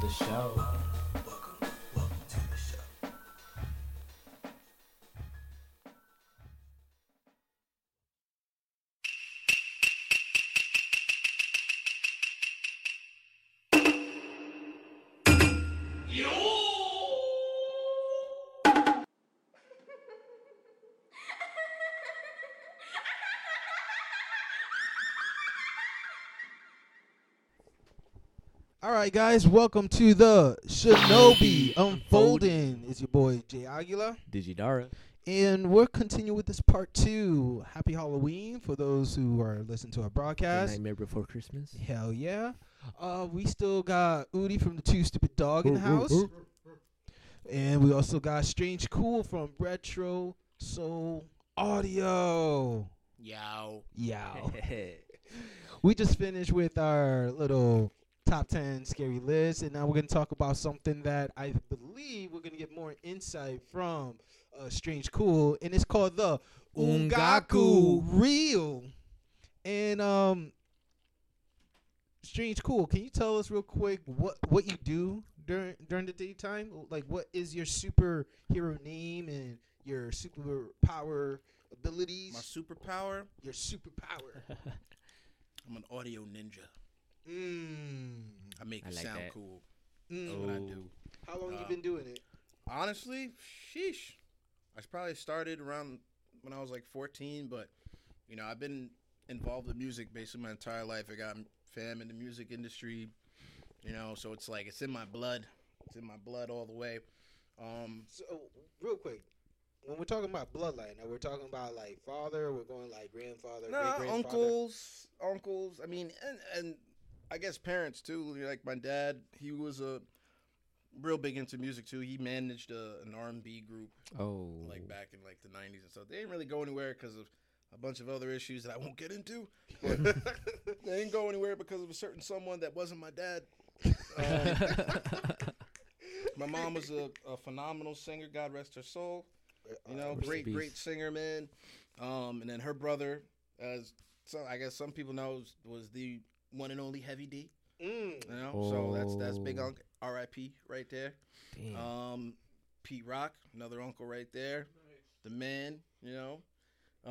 the show. All right, guys, welcome to the Shinobi Unfolding. It's your boy Jay Aguila, Digidara. and we're continuing with this part two. Happy Halloween for those who are listening to our The broadcast. Nightmare Before Christmas. Hell yeah! Uh, we still got Udi from the Two Stupid Dog in the house, and we also got Strange Cool from Retro Soul Audio. Yo. Yow. we just finished with our little top 10 scary list and now we're going to talk about something that i believe we're going to get more insight from uh, strange cool and it's called the ungaku Ungaku. reel and um strange cool can you tell us real quick what what you do during during the daytime like what is your superhero name and your superpower abilities My superpower, your superpower I'm an audio ninja. Mm. I make I it like sound that. cool. Mm. What I do. How long you Uh, been doing it? Oh. Honestly, sheesh. I s- probably started around when I was like 14, but you know, I've been involved with music basically my entire life. I got m- fam in the music industry, you know, so it's like it's in my blood. It's in my blood all the way. Um, So, real quick, when we're talking about bloodline, now we're talking about like father. We're going like grandfather, No, great grandfather. uncles, uncles. I mean, and, and I guess parents too. Like my dad, he was a real big into music too. He managed a, an R and B group Oh. like back in like the '90s and stuff. They didn't really go anywhere because of a bunch of other issues that I won't get into. But they didn't go anywhere because of a certain someone that wasn't my dad. Um, my mom was a, a phenomenal singer. God rest her soul. Uh, You know, rest in great, peace. great singer, man. Um, and then her brother, as so I guess some people know, was, was the one and only Heavy D. mm. You know, so that's that's Big Oh. Unc, R.I.P. right there. Damn. Um, Pete Rock, another uncle right there, the man. You know, the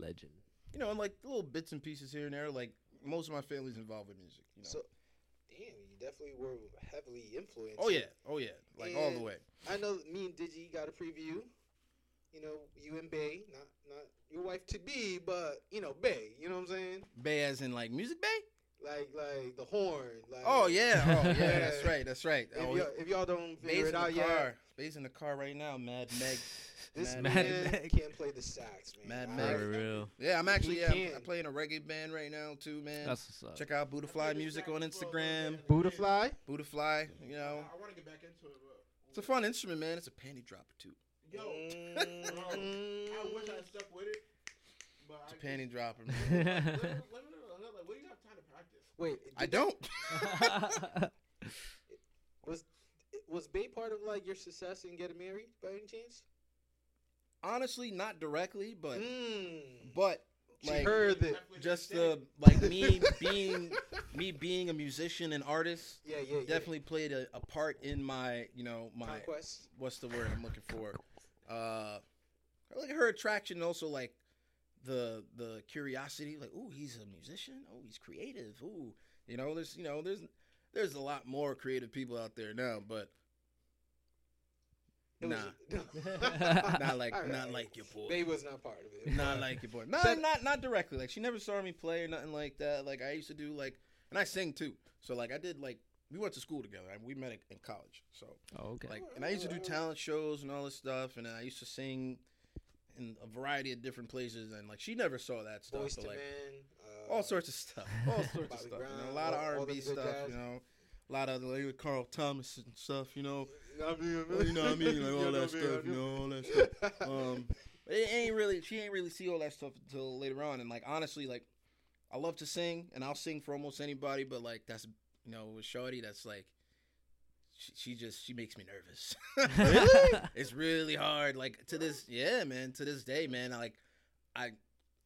legend. you know, and like little bits and pieces here and there. Like most of my family's involved with music. You know, So, damn, you definitely were heavily influenced. oh yeah, oh yeah, like all the And- way. I know. Me and Digi got a preview. You know, you and Bay, not not your wife to be, but you know Bay. You know what I'm saying? Bay as in like music bay. Like like the horn. Like Oh yeah, oh yeah, that's right, that's right. If, Oh, y'all, if y'all don't figure Bay's in it the out car. yet, Bay's in the car right now, Mad Meg. this Mad man Meg. can't play the sax, man. Mad I- Meg. For real. Yeah, I'm actually He yeah, can. I'm, I'm playing a reggae band right now too, man. That's what's up. Check out Budafly Music on Instagram. Budafly. Budafly, you know, I want to get back into it, but it's a fun instrument, man. It's a panty dropper too. yo, I wish I stuck with it, but It's I a panty dropper. Man. Just, like, let me- let me know, like, what do you have time to practice? Wait, I don't. was was Bay part of like your success in getting married by any chance? Honestly, not directly, but Mm. but She like heard that. Definitely just uh, the understand. like me being me being a musician and artist Yeah, yeah, yeah. definitely played a, a part in my you know my Conquest. what's the word I'm looking for? Uh, I like her attraction, and also like the the curiosity, like oh he's a musician, oh he's creative, ooh you know there's you know there's there's a lot more creative people out there now, but It was- nah, Nah. not like Alright, not alright. like your boy, Bay was not part of it. not like your boy, not So- not not directly. Like she never saw me play or nothing like that. Like I used to do like, and I sing too, so like I did like we went to school together, and we met in- in college, so. oh, okay. Like, and I used to do talent shows and all this stuff, and I used to sing in a variety of different places. And like, she never saw that stuff, Voice but, to like man. Uh, all sorts of stuff, all sorts of Bobby stuff. you know, Brown, a lot of all- all R and B them good stuff, guys. you know, a lot of like Carl Thomas and stuff, you know, I mean, you know what I mean, like all that stuff, you know, all that stuff. Um, but it ain't really she ain't really see all that stuff until later on. And like honestly, like I love to sing, and I'll sing for almost anybody, but like that's you know with Shorty, that's like. She, she just she makes me nervous. It's really hard. Like to this, yeah, man. To this day, man. I, like I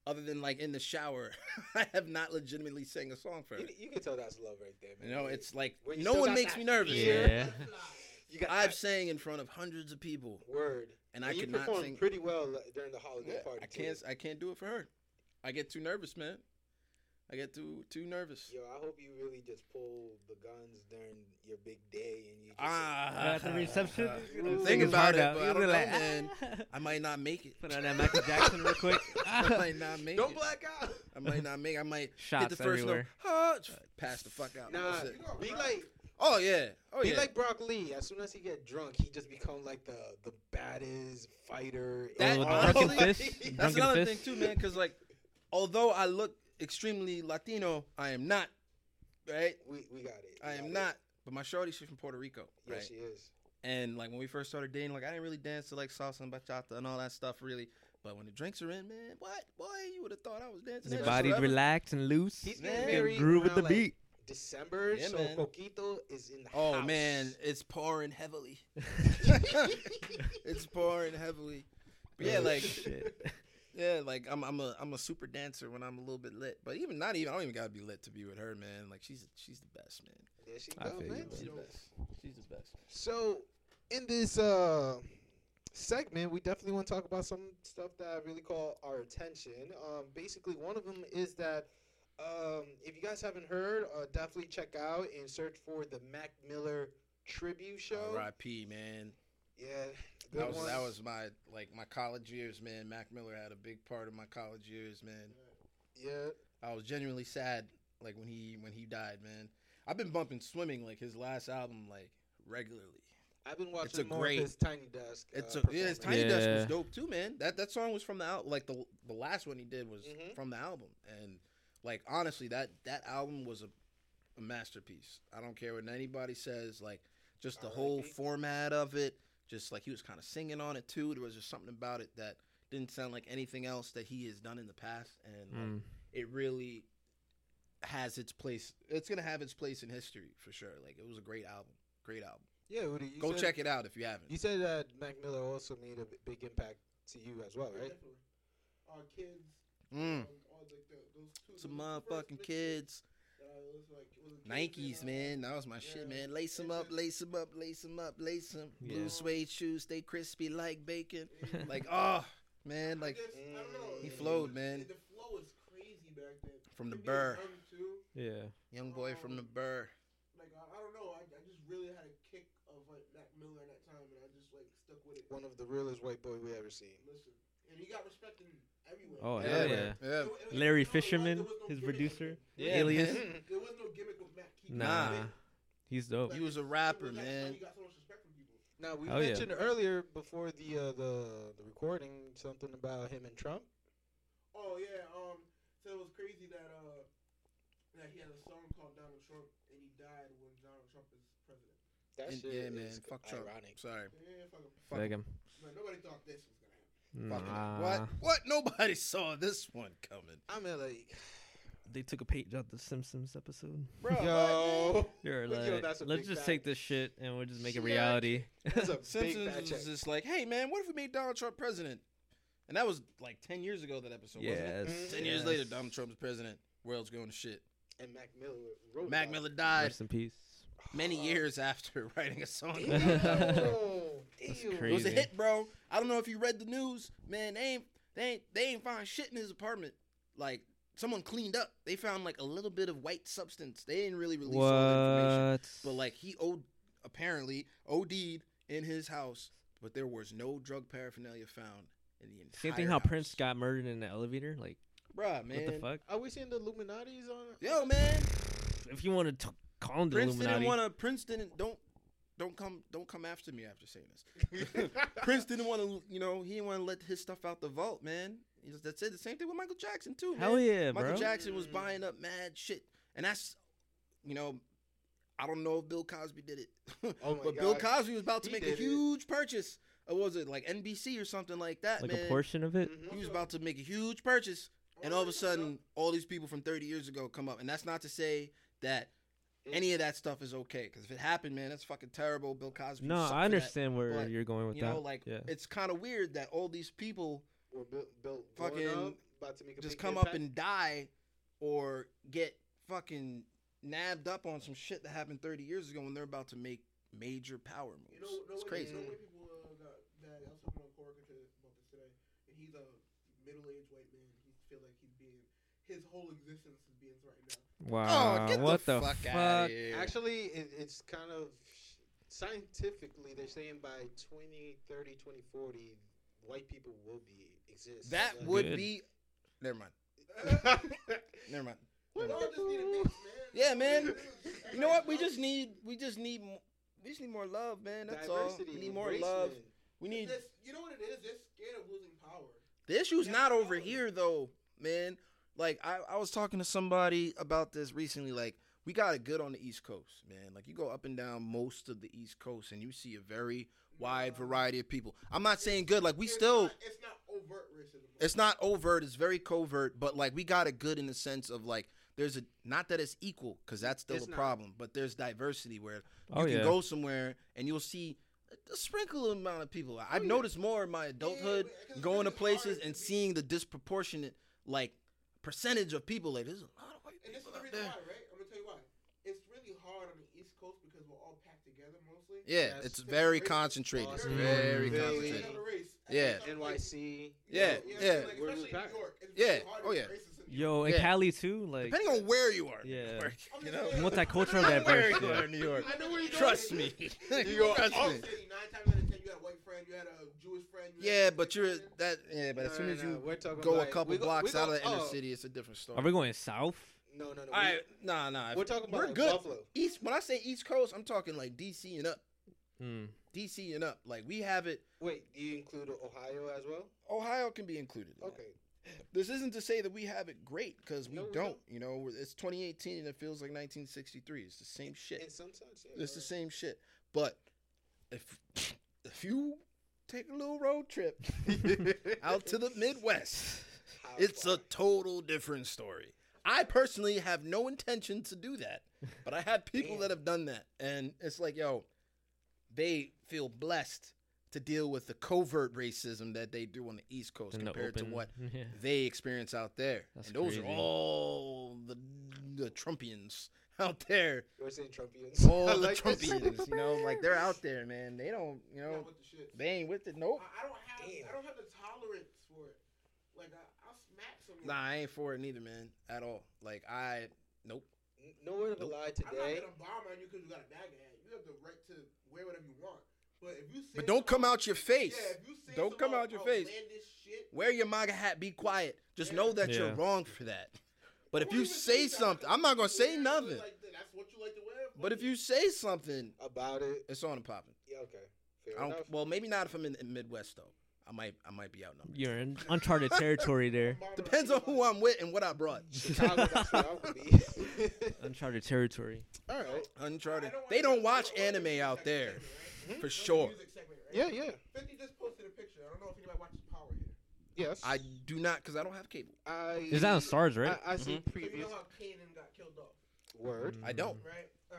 other than like in the shower, I have not legitimately sang a song for her. You, you can tell that's love right there, man. You know, it's like Well, you no still one got makes that me nervous. ear. man. Yeah. you got I've that sang in front of hundreds of people, word, and I you could not performed sing. pretty well like, during the holiday Yeah, party. I too. can't. I can't do it for her. I get too nervous, man. I get too too nervous. Yo, I hope you really just pull the guns during your big day and you just. Ah, At the reception. Think hard about it, out. but I You're don't know, like, man. "Ah." I might not make it. Put on that Michael Jackson real quick. I might not make don't it. black out. I might not make. I might Shots hit the first note. everywhere. Ah, just pass the fuck out. Nah, That's it. be like Oh yeah. Oh be yeah. like Brock Lee. As soon as he get drunk, he just become like the the baddest fighter. That- in with all- the drunken honestly, fist. That's drunken another fist. thing too, man. Because like, although I look extremely Latino, I am not. Right. We we got it. I We am got not. But my shorty, she's from Puerto Rico. It. Right. Yes, she is. And like when we first started dating, like I didn't really dance to like salsa and bachata and all that stuff really. But when the drinks are in, man, what boy, you would have thought I was dancing. Your That's body's whatever. relaxed and loose. He's Man. getting married groove with around, the like, beat. December, Yeah, so man. Coquito is in the Oh house. man, it's pouring heavily. it's pouring heavily. But yeah, Oh, like shit. yeah, like I'm I'm a I'm a super dancer when I'm a little bit lit. But even not even I don't even gotta be lit to be with her, man. Like she's she's the best, man. There she I go, feel you, man. man. She's the best. She's the best. So, in this uh, segment, we definitely want to talk about some stuff that really caught our attention. Um, basically, one of them is that um, if you guys haven't heard, uh, definitely check out and search for the Mac Miller tribute show. R.I.P. Man. Yeah, good That was one. that was my like my college years, man. Mac Miller had a big part of my college years, man. yeah. I was genuinely sad like when he when he died, man. I've been bumping swimming like his last album like regularly. I've been watching a more great- of his Tiny Desk. It's uh, a, yeah, performance. his Tiny Desk was Yeah. dope too, man. That that song was from the album. Like the the last one he did was Mhm. from the album, and like honestly, that that album was a, a masterpiece. I don't care what anybody says. Like just the whole R.I.P. format of it, just like he was kind of singing on it too. There was just something about it that didn't sound like anything else that he has done in the past, and like, Mm. it really has its place. It's gonna have its place in history for sure. Like it was a great album, great album. Yeah, Udi, you Go said, check it out if you haven't. You said that Mac Miller also made a b- big impact to you as well, right? Definitely. Our kids. Mm. um, all the- the- those two- Some those two first motherfucking mixes kids. that I was like- it was a kid Nikes, and, uh, man. That was my shit, yeah. man. Lace them up, lace them up, lace them up, lace them. Yeah. Blue suede shoes, stay crispy like bacon. and- Like, oh, man. Like, I just- I don't know, he it- it flowed, was- man. The flow was crazy back then. From the Maybe burr. it's young, too. Yeah. Young boy from the burr. Like I, I don't know. I, I just really had a kick of like Mac Miller at that time, and I just like stuck with it. One of the realest white boy we ever seen. Listen, and he got respected everywhere. Oh, hell yeah. Yeah. It- it- Larry you know what it was? Fisherman, There was no his gimmick with producer. him. Yeah, Alias. man. There was no gimmick with Mac. He Nah. got it. He's dope. He was a Like, rapper, that's why man. He got so much respect from people. Now we Oh, yeah. mentioned earlier before the uh, the the recording something about him and Trump. Oh yeah. Um. So it was crazy that uh that he had a song called Donald Trump, and he died when Donald Trump is president. That And- shit yeah, is man. Fuck Trump. ironic. Sorry. Yeah, fuck him. Fuck, Like him. Man, nobody thought this was gonna happen. fuck Nah. him. What? What? Nobody saw this one coming. I'm in like, They took a page out the Simpsons episode. Bro, what, yo, man? They're But like, yo, that's a let's big just fact. take this shit and we'll just make it Shit. reality. that's a big Simpsons fat check. was just like, hey, man, what if we made Donald Trump president? And that was like 10 years ago, that episode, wasn't it? yes. Mhm. 10 years later, yes. Donald Trump's president. World's going to shit. And Mac Miller wrote Mac about Miller it. died Rest in peace. many years after writing a song. Damn. That's Damn. crazy. It was a hit, bro. I don't know if you read the news, man. They ain't they ain't they ain't found shit in his apartment. Like someone cleaned up. They found like a little bit of white substance. They didn't really release all the information. What? But like he od apparently OD'd in his house, but there was no drug paraphernalia found in the entire. Same thing how house. Prince got murdered in the elevator. Like, Bruh, man. what the fuck? Are we seeing the Illuminati's on? Yo, man. If you want to call him the Prince Illuminati. didn't want to. Prince didn't. Don't don't come don't come after me after saying this. Prince didn't want to. You know, he didn't want to let his stuff out the vault, man. He just- That's it. The same thing with Michael Jackson too. Hell man. yeah, Michael bro. Jackson was Mm. buying up mad shit, and that's you know. I don't know if Bill Cosby did it, Oh my but Bill God. Cosby was about to He make a did it. huge purchase. Or was it like NBC or something like that, like man? Mm-hmm. a portion of it. Mhm. He was about to make a huge purchase, and all of a sudden, all these people from 30 years ago come up. And that's not to say that Mm. any of that stuff is okay, because if it happened, man, that's fucking terrible. Bill Cosby. No, sucked for I that. understand where but, you're going with You that. know, like yeah. it's kind of weird that all these people Were built, built fucking about to make a just big come up impact. and die or get fucking nabbed up on some shit that happened 30 years ago when they're about to make major power moves. You know, no it's way, crazy. No way people uh, got that. I was talking on Corker to, about this today, and he's a middle-aged white man. He feel like he's being his whole existence is being threatened now. Wow. oh, get Uh, what the, fuck, out of here. Actually, it, it's kind of scientifically they're saying by 2030, 2040, white people will be exist. that Like- would Good. be. Never mind. Never mind. We all just need a mix, man. Yeah, man. Everybody You know what? We knows just need. We just need. mo- We just need more love, man. That's all. We need more embracement. love. We that need. This, you know what it is? They're scared of losing power. The issue's Yeah, not over totally. here though, man. Like I, I was talking to somebody about this recently. Like we got it good on the East Coast, man. Like you go up and down most of the East Coast, and you see a very wide variety of people. I'm not saying good. Like we It's still, Not, it's not overt racism. it's not overt. It's very covert. But like we got it good in the sense of like there's a not that it's equal because that's still It's a not. problem. But there's diversity where Oh, you yeah. can go somewhere and you'll see. A sprinkle amount of people. Oh, I've noticed more in my adulthood Yeah, because going to it's hard places to and be- seeing the disproportionate like percentage of people like there's a lot of white And this is people the out reason there. why, right? I'm gonna tell you why. It's really hard on the East Coast because we're all packed together mostly. Yeah, Yes. it's very concentrated. It's Awesome. very Really? concentrated. Another race. I Yeah. think I'm like- NYC. Yeah, you know, yeah. Like, We're especially in packed. New York. It's Yeah, really hard to oh, be yeah. racist in New York. Yo, in Yeah. Cali too. Like, Depending on where you are, in Yeah. New York, I'm you just saying, know, Multicultural I know that where verse, you yeah. are. in New York. I know where you're going. Trust me, You go trust all me. city, Nine times out of ten, you had a white friend, you had a Jewish friend. you had Yeah, a but Mexican you're friend. that. Yeah, but as No, soon no, as no, you we're talking go a about- couple we go- blocks we out go- of the inner oh, city, it's a different story. are we going south? No, no, no. we- All right, nah, nah. We're talking we're about good. Buffalo. East. When I say East Coast, I'm talking like DC and up. Mm. DC and up. Like we have it. Wait, do you include Ohio as well? Ohio can be included. in that. Okay. this isn't to say that we have it great because we No, we don't. don't. You know, we're- it's 2018 and it feels like 1963. It's the same shit. And sometimes, yeah. It's the uh, same shit. But if if you take a little road trip out to the Midwest, how it's a far? total different story. I personally have no intention to do that, but I have people that have done that, and it's like, yo, they feel blessed to deal with the covert racism that they do on the East Coast In the compared to open, what yeah. they experience out there. That's and those crazy. are all the the Trumpians out there. You were saying Trumpians. All I the like this. Trumpians, you know, like they're out there, man. They don't, you Not know, with the shit. they ain't with it. Nope. I I don't have. Damn. I don't have the tolerance for it. Like I, I'll smack someone. Nah, I ain't for it neither, man, at all. Like I, nope. N- No one of a lie I'm not today. gonna bomb on you because you got a bag of hat. You have the right to wear whatever you want. But if you say But don't come some- out your face. Yeah, if you say Don't some come out your face. outlandish Shit, Wear your MAGA hat. Be quiet. Just Yeah. know that Yeah. you're wrong for that. But if Who you even say thinks that? something, I'm not gonna say Yeah, nothing. Like, that, that's what you like to wear. But if you say something, About it. it's on and popping. Yeah, okay. Fair I enough. don't. Well, maybe not if I'm in the Midwest though. I might. I might be outnumbered. You're in uncharted territory there. Depends on who I'm with and what I brought. Chicago, that's where I would be. Uncharted territory. All right. Uncharted. They don't watch anime out there, for sure. Yeah, yeah. Fifty just posted a picture. I don't know if anybody watches Power here. Yes. I do not because I don't have cable. I Is that on stars, right? I, I see So you previous know how Kanan got killed off, word. I don't. right? All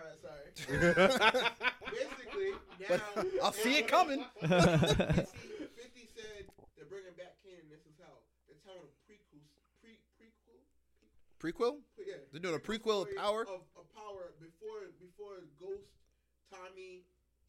right, sorry. Mm. but Basically, now I'll see it coming. 50, 50 said they're bringing back Kanan. This is how they're telling a prequel, pre prequel, Prequel? pre- yeah. They're doing a prequel of story Power. Of, of Power before before Ghost, Tommy,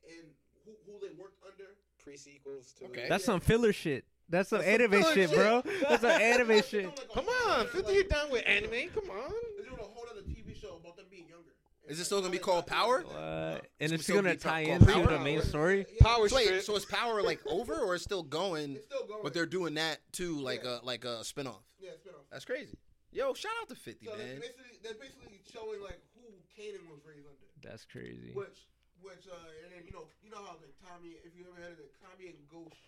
and who, who they worked under. Pre sequels to Okay. That's some filler shit. That's some anime filler shit, shit. bro. That's some anime They're shit. doing like a Come whole on, other, fifty like- hit down with anime. Come on. They're doing a whole other TV show about them being younger. Is it still gonna be called Power? What? And So it's we gonna be top tie called into the Power? main story. Uh, Power So wait, strip. so is Power like over or it's still going? It's still going. But they're doing that too, like a like a spinoff. yeah, spin off. That's crazy. Yo, shout out to Fifty, So they're man. basically, they're basically showing like who Kanan was raised under. That's crazy. Which, which, uh, and then you know, you know how like Tommy, if you ever heard of it, Tommy and Ghost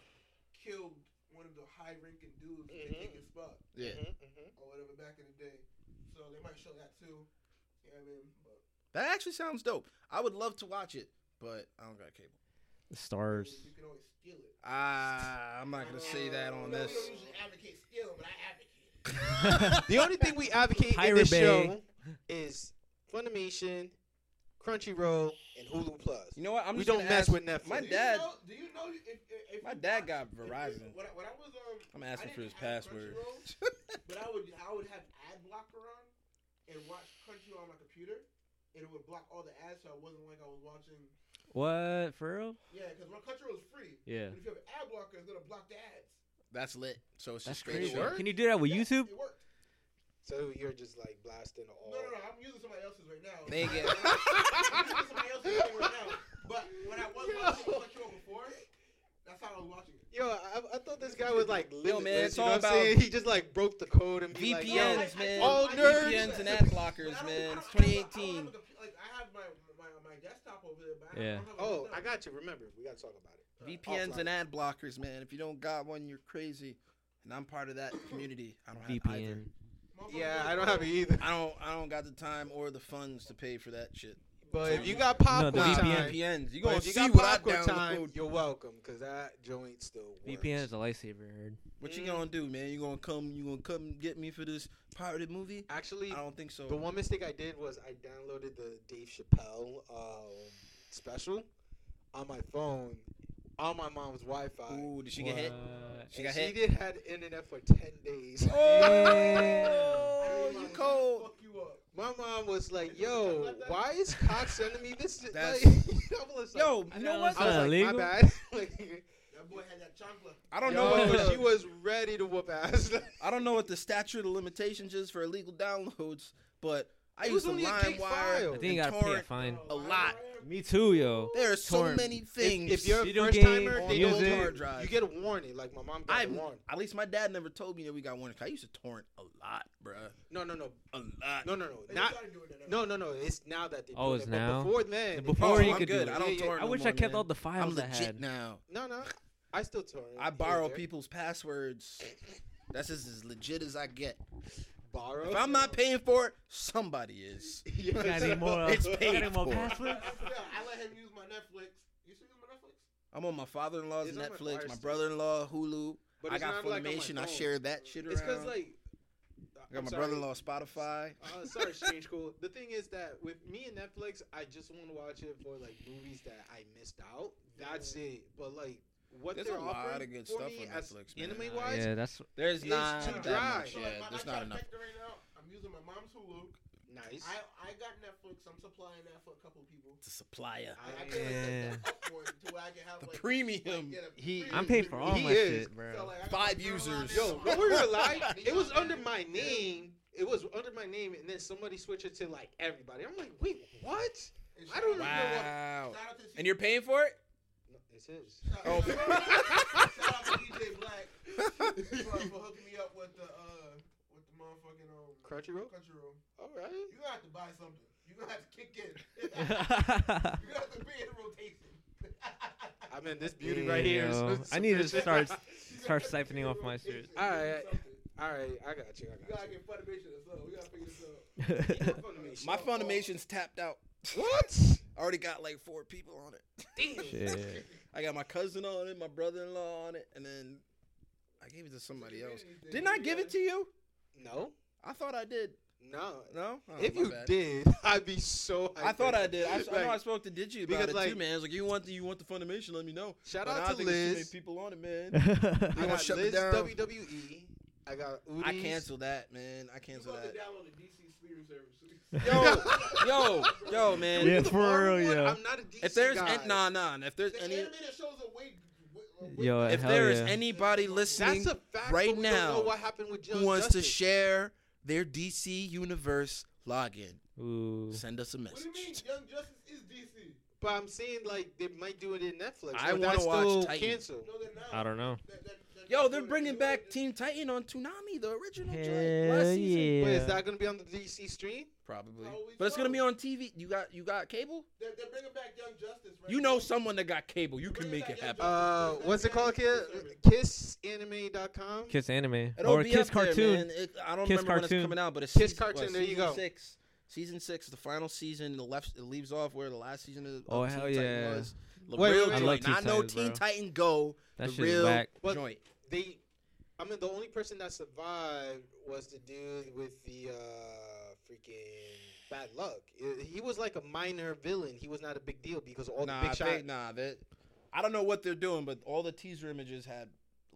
killed one of the high ranking dudes to Mhm. take his spot Yeah. Mm-hmm, or whatever back in the day. So they might show that too. You know what I mean? But That actually sounds dope. I would love to watch it, but I don't got cable. I mean, Stars. you can always steal it. Ah, I'm not gonna say that on No, this. We don't usually advocate stealing, but I advocate. it. The only thing we advocate in Pirate this Bay. show is Funimation, Crunchyroll, and Hulu Plus. You know what? I'm we just don't gonna mess ask- with Netflix. My Do you dad, know- Do you know if, if- if my you dad watch- got if you- Verizon. When I, when I was um, I'm I asking for didn't his have password. Crunchyroll, but I would I would have ad blocker on and watch Crunchyroll on my computer, and it would block all the ads, so it wasn't like I was watching. What for real? Yeah, because when Crunchyroll is free, Yeah, but if you have an ad blocker, it's gonna block the ads. That's lit. So it's that's just crazy. straight work. Can you do that with Yeah, YouTube? It worked. So you're just like blasting all. No, no, no. I'm using somebody else's right now. Nigga. I'm using somebody else's thing right now. But when I was watching Crunchyroll before, that's how I was watching it. Yo, I, I thought this guy was like limitless. man, it's you know all what I'm about saying? He just like broke the code and be like, yo, like, VPNs, man. all nerds. VPNs and ad blockers, But I don't- man. I don't It's have a- I don't 2018. have a compu- Like I have my my, my desktop over there, but I Yeah. don't have a oh, desktop. I got you. Remember, we gotta talk about it. VPNs Offline. and ad blockers, man. If you don't got one, you're crazy. And I'm part of that community. I don't have either. VPN. Motherfucker, Yeah, there's I don't no- have it either. I don't. I don't got the time or the funds to pay for that shit. But if you got popcorn the time, VPN. VPNs. You but gonna if you see got what I popcorn download? time, you're welcome. Cause that joint still works. VPN is a lifesaver. I heard. What you Mm. gonna do, man? You gonna come? You gonna come get me for this pirated movie? Actually, I don't think so. The one mistake I did was I downloaded the Dave Chappelle um, special on my phone on my mom's Wi-Fi. Ooh, did she get hit? What? She and got she hit. did had internet for ten days. Yeah. Oh, Everybody you can cold. Fuck you up. My mom was like, "Yo, why is Cox sending me this?" shit?" That's- Like, I was like, Yo, you know what? I was like, Illegal? "My bad." like, That boy had that chocolate. I don't yo, know what but the she was ready to whoop ass. I don't know what the statute of limitations is for illegal downloads, but I It was used to only a LimeWire. gig file. I think you gotta and pay a torrent. fine. Oh, why- lot. why- Me too, yo. There are so Torrent. many if, things. if you're a Video first timer, game, they don't on those music. hard do. drives. You get a warning. Like my mom got I've- a warning. at least my dad never told me that we got one. 'cause I used to torrent a lot, bruh. No, no, no, A lot. no, no, no. they Not started doing that now. No, no, no. It's now that they. Oh, do it's it, but now? Before then, Before Oh, Or you I'm could do good. it. I don't Yeah, yeah. torrent. I no wish more, I kept man. all the files I'm I legit had. now. no, no. I still torrent. I here borrow and there. people's passwords. That's just as legit as I get. Borrow. If I'm not paying for it, somebody is. Yes. Got any more? uh, It's got paid any more for. passwords? Yeah, I let him use my Netflix. You should use my Netflix. I'm on my father-in-law's It's on my Netflix, wires my too. brother-in-law Hulu. But I it's got not like on my formation. I phone. share that shit around. It's because like. I got I'm my sorry. brother-in-law Spotify. Uh, sorry, strange cool. The thing is that with me and Netflix, I just want to watch it for like movies that I missed out. That's it. But like what There's they're a lot offering of good for stuff me on as Netflix, man. anime wise, Yeah, that's There's It's not too that dry. much. So Yeah, like my there's my not enough. trifecta right now, I'm using my mom's Hulu. nice. I, I got Netflix. I'm supplying that for a couple people. The supplier, I, I feel like Yeah. that's the upward to where I can have the like, like, premium. get a He- free I'm paying for all He my is. shit, bro. So, like, I got Five my Caroline users. in Yo, don't my we phone. were lying. It was Yeah. under my name. It was under my name, and then somebody switched it to like everybody. I'm like, wait, what? And I don't shout know out- Wow. shout out to And you're paying for it? No, it's his. shout out- Oh. Shout out to DJ Black for, for hooking me up with the uh with the motherfucking um Crunchyroll. Crunchyroll. All right. You gonna have to buy something. You gonna have to kick in. you I gonna have to be in rotation. I mean, this beauty right here. Is Yo, I need to start- Start siphoning off my serious. shares. Alright. All right, I got you. We I got gotta you. get Funimation or something. We gotta figure this out. Funimation. My Funimation's tapped out. What? I already got like four people on it. Shit. I got my cousin on it, my brother-in-law on it, and then I gave it to somebody It's a else. community thing. Didn't I We give gotta- it to you? No, I thought I did. no. No? Oh, if my you bad. did, I'd be so. I thought I hyped. did. I, I know I Like, spoke to Digi about Because, it like- too, man. I was like, you want the you want the Funimation? Let me know. shout But I out don't to think there's too many Liz. people on it, man. I They gonna got shut it Liz down. WWE. I got Udis. I cancel that, man. I You cancel gonna have that. to download the DC streaming service. Yo, yo, yo, man. Yeah, The for Marvel real, one, yeah. I'm not a DC If there's guy. an- nah, nah. If there's The any, anime that shows a way. Yo, if Hell there is yeah. anybody That's listening a fact. right but we don't know now, what happened with Young who wants to Justice. share their DC universe login, Ooh. send us a What do you mean? message. Young Justice is DC. But I'm saying like they might do it in Netflix. I Would wanna that watch still Titan. Cancel. No, they're not. I don't know. That- that- that- Yo, that's they're what- bringing you know back what? Teen Titan on Toonami, the original joint. Last Hell season. yeah. But is that gonna be on the DC stream? Probably. Probably But it's gonna so. be on TV. You got you got cable? They're, they're bringing back Young Justice, right? You know someone that got cable. You can make it happen. Uh, what's it called, kid? Kissanime.com. Kiss anime It'll or be Kiss up there, cartoon. man. It- I don't Kiss remember when Cartoon. it's coming out, but it's Kiss season, what, Cartoon, there you season go. Six, season six, the final season. The left it leaves off where the last season of Oh, of hell Teen Titan yeah. was. The Wait, real wait, wait. I joint, love Teen not no Titans, Teen bro. Titan Go. That the shit is real whack. What- joint. They, I mean, the only person that survived was the dude with the uh freaking bad luck. I- He was like a minor villain. He was not a big deal because all nah, the big I shot. think- nah, that I don't know what they're doing, but all the teaser images had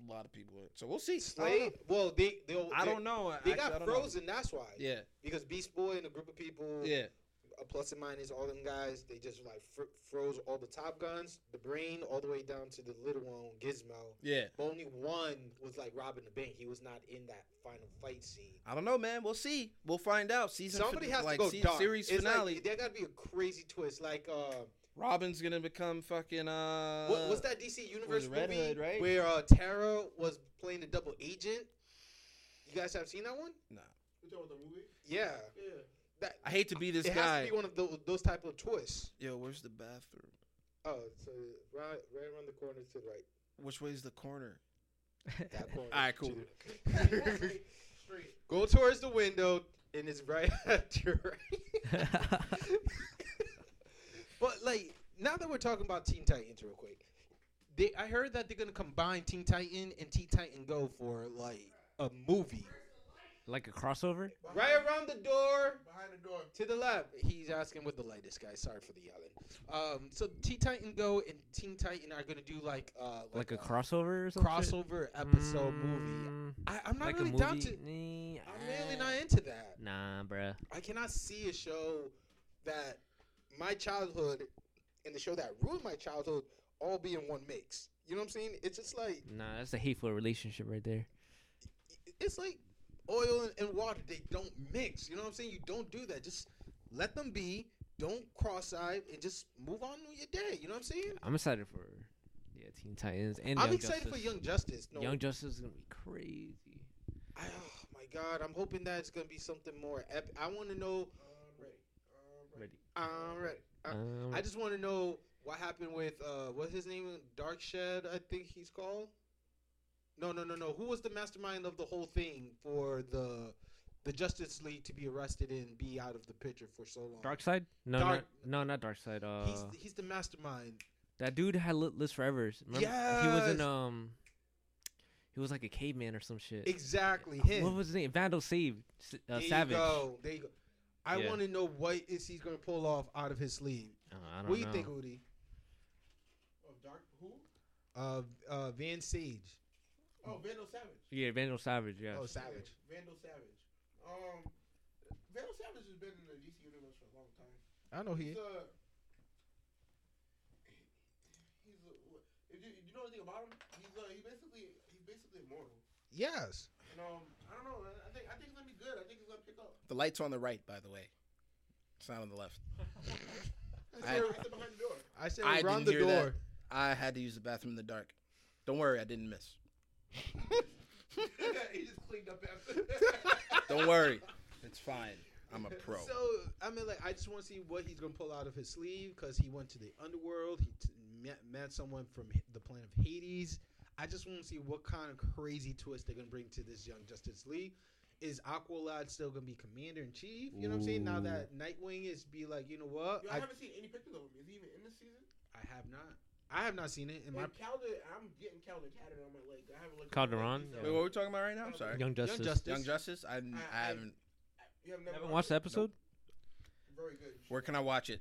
a lot of people. in it. So we'll see. Slade. Oh, Well, they they I don't know. They Actually, got I don't know. frozen. That's why. Yeah, Because Beast Boy and a group of people, yeah. a plus and minus, all them guys, they just like fr- froze all the Top Guns, the brain, all the way down to the little one Gizmo. Yeah. Only one was like robbing the bank. He was not in that final fight scene. I don't know, man. We'll see. We'll find out. Season Somebody fin- has like to go se- dark. series It's like, finale. there got to be a crazy twist. Like, uh, Robin's gonna become fucking uh. what, what's that DC Universe Red movie Hood, right? where uh, Tara was playing the double agent? You guys have seen that one? Nah. You talking about the movie? Yeah, Yeah. that I hate to be this it has guy. to be one of those, those type of twists. Yo, where's the bathroom? Oh, so right, right around the corner to the right. Which way's the corner? That corner. Alright, cool. Straight. Go towards the window, and it's right at your right. But like now that we're talking about Teen Titans real quick, they I heard that they're gonna combine Teen Titan and Teen Titan Go for like a movie. like a crossover? Behind, Right around the door Behind the door. Uh, to the left. He's asking with the lightest guy. Sorry for the yelling. Um, so Teen Titan Go and Teen Titan are gonna do like uh Like a crossover or something? crossover episode movie. I, I'm not like really a movie. down to. Nah, I'm really not into that. Nah, bruh. I cannot see a show that my childhood and the show that ruined my childhood all be in one mix. You know what I'm saying? It's just like Nah, that's a hateful relationship right there. it's like oil and, and water. They don't mix. You know what I'm saying? You don't do that. Just let them be. Don't cross-eyed and just move on with your day. You know what I'm saying? I'm excited for yeah, Teen Titans and I'm Young excited Justice. for Young Justice. No, Young Justice is gonna be crazy. I, oh my God, I'm hoping that it's gonna be something more epic. I want to know. Um, ready. Um, Ready? All right. Uh, Um, I just want to know what happened with uh what's his name? Dark Shed, I think he's called. No, no, no, no. Who was the mastermind of the whole thing for the the Justice League to be arrested and be out of the picture for so long? Dark Side? No, Dark- not, no, not Dark Side. Uh, He's he's the mastermind. that dude had li- lives forever. Remember? He was Yes! in um, he was like a caveman or some shit. Exactly Uh, him. What was his name? Vandal Saved. S- Uh, there Savage. You go. There you go. I Yeah. want to know what is he going to pull off out of his sleeve. Uh, I don't What do you know. think, Udi? oh, Dark Who? Uh, uh, Van Sage. Oh, Vandal Savage. Yeah, Vandal Savage. Yeah. Oh, Savage. Yeah, Vandal Savage. Um, Vandal Savage has been in the DC universe for a long time. I know he. He's a. He's a. If you, you know anything about him, he's uh he basically he's basically immortal. Yes. And um, I don't know. I I think I think it's gonna be good. I think it's gonna pick up. The light's on the right, by the way. It's not on the left. I, I- said- I said behind the door. I said I around didn't the hear that. door. I had to use the bathroom in the dark. Don't worry, I didn't miss. he just cleaned up after. Don't worry, it's fine. I'm a pro. So I mean, like, I just want to see what he's gonna pull out of his sleeve because he went to the underworld. He t- met, met someone from H- the planet of Hades. I just want to see what kind of crazy twist they're gonna bring to this Young Justice League. Is Aqualad still gonna be Commander in Chief? You know what I'm saying? Now Ooh. that Nightwing is be like, you know what? Yo, I, I haven't seen any pictures of him. Is he even in this season? I have not. I have not seen it in And my. Calder, I'm getting Calder tatted on my leg. I haven't looked. Calderon? At him. Wait, what are we talking about right now? I'm sorry. Young Justice. Young Justice. Young Justice. I, I I- haven't. You have You never haven't watched the that. episode? Very good. Where can I watch it?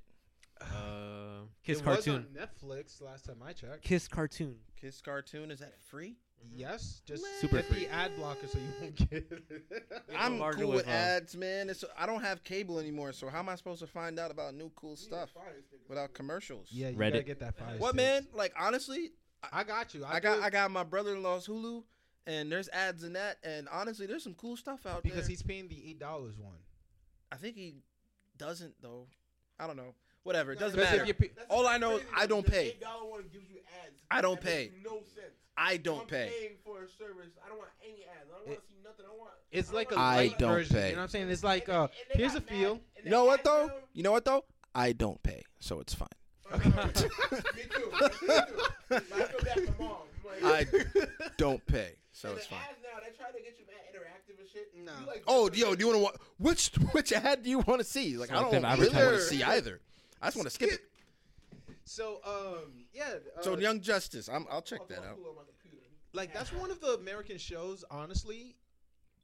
Uh, Kiss it Cartoon. was on Netflix last time I checked. Kiss Cartoon. Kiss cartoon is that free? Mm-hmm. Yes, just Super hit the free. ad blocker so you won't get it. Yeah, I'm larger cool with, with uh, ads, man. It's, I don't have cable anymore, so how am I supposed to find out about new cool stuff without commercials? yeah, you gotta Reddit. get that fire. What stick. man? Like honestly, I got you. I got do- I got my brother-in-law's Hulu, and there's ads in that. And honestly, there's some cool stuff out there. because he's paying the eight dollars one. I think he doesn't though. I don't know. Whatever. It doesn't Because matter. if you pay, All I know is I don't pay. Eight dollar one gives you ads. I don't That makes pay. No sense. I I'm don't pay. Paying for a service, I don't want any ads. I don't want to see nothing. I want. it's I like a don't wanna I see light don't version. pay. You know what I'm saying? nothing. It's like And they- uh, and they here's a got mad, feel. and You they know what ads though? now- You know what though? I don't pay, so it's fine. uh, Me too. Me too. But I feel bad for mom. Like, I don't pay, so and it's the fine. ads now, they try to get you mad interactive and shit. No. You like- Oh, yo, do you want to watch which which ad do you want to see? Like I Like don't them really want to advertisements. see either. I just want to skip it. So um, yeah. Uh, So Young Justice, I'm, I'll check I'll that out. pull up my computer. like that's one of the American shows. Honestly,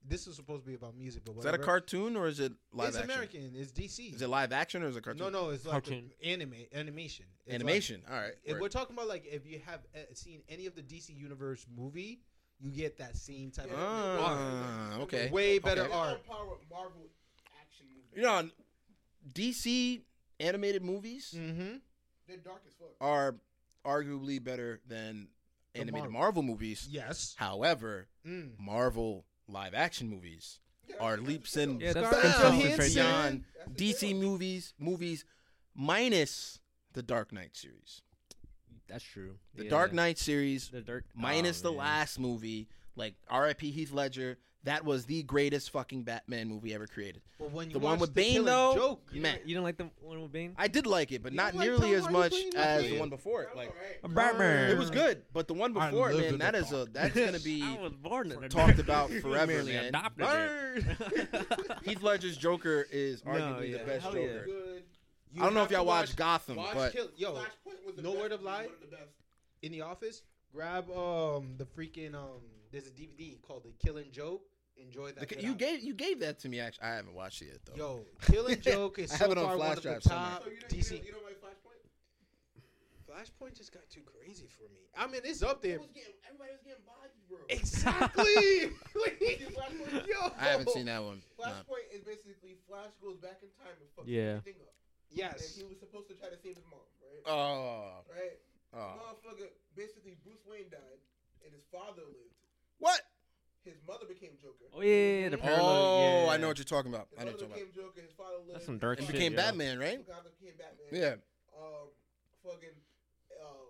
this was supposed to be about music, but Is that a whatever. cartoon or is it live it's action? American. It's DC. Is it live action or is it cartoon? no, no, it's like Cartoon. a- anime, animation. It's like- Animation. All right. if word. we're talking about like if you have uh, seen any of the DC universe movie, you get that same type of Ah, okay. way better Okay. art. Power Marvel action movies. You know, DC animated movies Mm-hmm. They're dark as fuck. are arguably better than The animated Marvel. Marvel movies. Yes. However, Mm. Marvel live action movies Yeah, are that's leaps the and Yeah, that's Scarlett bounds Johansson. beyond deal. That's the DC deal. movies movies minus the Dark Knight series. That's true. The Yeah. Dark Knight series The dark. minus Aw, the man. last movie, like R.I.P. Heath Ledger. That was the greatest fucking Batman movie ever created. But when you The one watch with The Bane Killing though, joke, You man, don't, you don't like the one with Bane? I did like it, but You not don't like nearly Tom as Hardy much playing as Batman? the one before it. That's Like alright. Batman. it was good, but the one I before it, live man, in that the is a dark. that's gonna be I was born in the talked dark. about You forever, merely man. adopted it. Heath Ledger's Joker is No, arguably yeah, the best hell Joker. yeah. Good. You I don't know have if y'all to watch- watched Gotham, watch but Kill- yo, Flashpoint was the no best. word of It was lie. One of the best. in the office, grab um the freaking um. There's a DVD called The Killing Joke. Enjoy that. the- shit you out. gave you gave that to me. Actually, I haven't watched it yet though. Yo, Killing Joke is I so have it on far flash one of the drive somewhere. top So you don't, you, DC. don't, you don't like Flashpoint? Flashpoint just got too crazy for me. I mean, it's up Who there. was getting, everybody was getting bodied, bro. Exactly. You see Flashpoint? Yo, I haven't seen that one. No. Flashpoint is basically Flash goes back in time and fucks Yeah. everything up. And Yes. he was supposed to try to save his mom, right? Oh, right? oh, Motherfucker, basically Bruce Wayne died and his father lived. what? His mother became Joker. oh yeah, the Oh, parallel. Oh, yeah. I know what you're talking about. His I know what mother you're talking became Joker. His father lived. That's some dark about. And shit, became yo. Batman, right? Gotham became Batman. Yeah. Um, fucking, uh,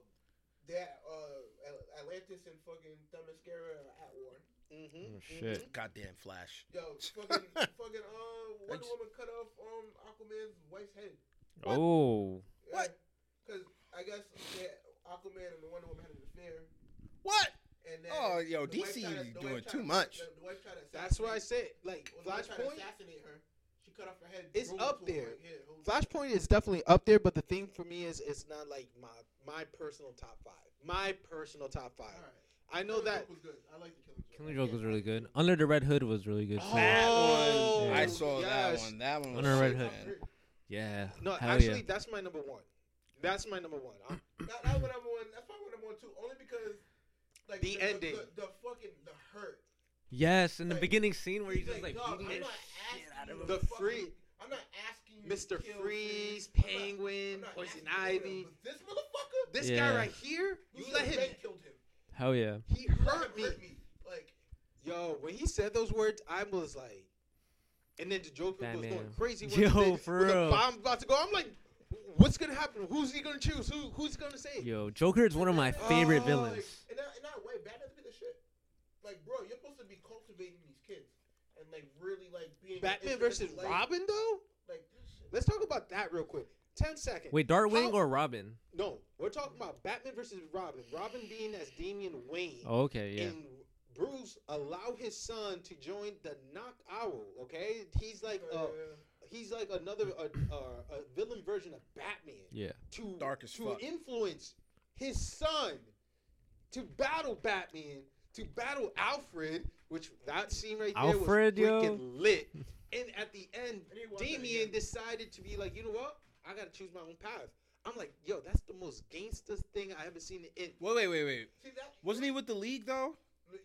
that uh, At- Atlantis and fucking Themyscira are at war. Mm-hmm. Oh, shit. Goddamn Flash. Yo, fucking, fucking, um, Wonder Thanks. Woman cut off um Aquaman's wife's head. What? Oh. What? Because I guess that Aquaman and the Wonder Woman had an affair. What? And then Oh, yo, the wife DC tried to- is the wife doing tried too to- much. The, the wife tried to That's why I assassinate- said like well, the wife tried to Flashpoint. assassinate her. She cut off her head. It's drove up it to her there. right here. Hold on. Flashpoint is definitely up there, but the thing for me is it's not like my my personal top five. My personal top five. Alright. I know Killing that. Joke was good. I like the Killing Joke. Killing Joke was really good. Under the Red Hood was really good. too. That Oh, one. I yes. saw that one. That one was Under Red shit, Hood. man. That, Yeah. No, Hell actually, yeah. that's my number one. That's my number one. I'm- that one I'm on. That's probably what I'm on too. Only because like The ending. the, the fucking the hurt. Yes, in the Like, beginning scene where he's He's just like "Dog, beating I'm the not shit out asking of you him. The to fucking- free- I'm not asking you. to Mr. kill Freeze, things. I'm not- I'm Penguin, not Poison asking you to kill Ivy. him, but This motherfucker. This Yeah. guy right here, you let him. They killed him. Hell yeah. He hurt me. Hurt me. Like Yo, when he said those words, I was like, and then the Joker was Batman. going crazy. With Yo, the thing, for with the real. bomb about to go. I'm like, what's gonna happen? Who's he gonna choose? Who who's gonna save? Yo, Joker is one of my favorite Oh, villains. In that, in that way, Batman's been the shit. Like, bro, you're supposed to be cultivating these kids and like really like being Batman it's- versus it's like- Robin though. Like this shit. Let's talk about that real quick. Ten seconds. Wait, Darkwing How- or Robin? No, we're talking about Batman versus Robin. Robin being as Damian Wayne. Oh, okay, yeah. And Bruce allow his son to join the Knock Owl. Okay, he's like uh, he's like another uh, uh, a villain version of Batman. Yeah. to Dark as to fuck. influence his son to battle Batman, to battle Alfred, which that scene right there Alfred, was yo. freaking lit. And at the end, I need to watch that Damien again. decided to be like, you know what? I gotta choose my own path. I'm like, yo, that's the most gangster thing I ever seen in. Wait, wait, wait, wait. See that? Wasn't he with the League though?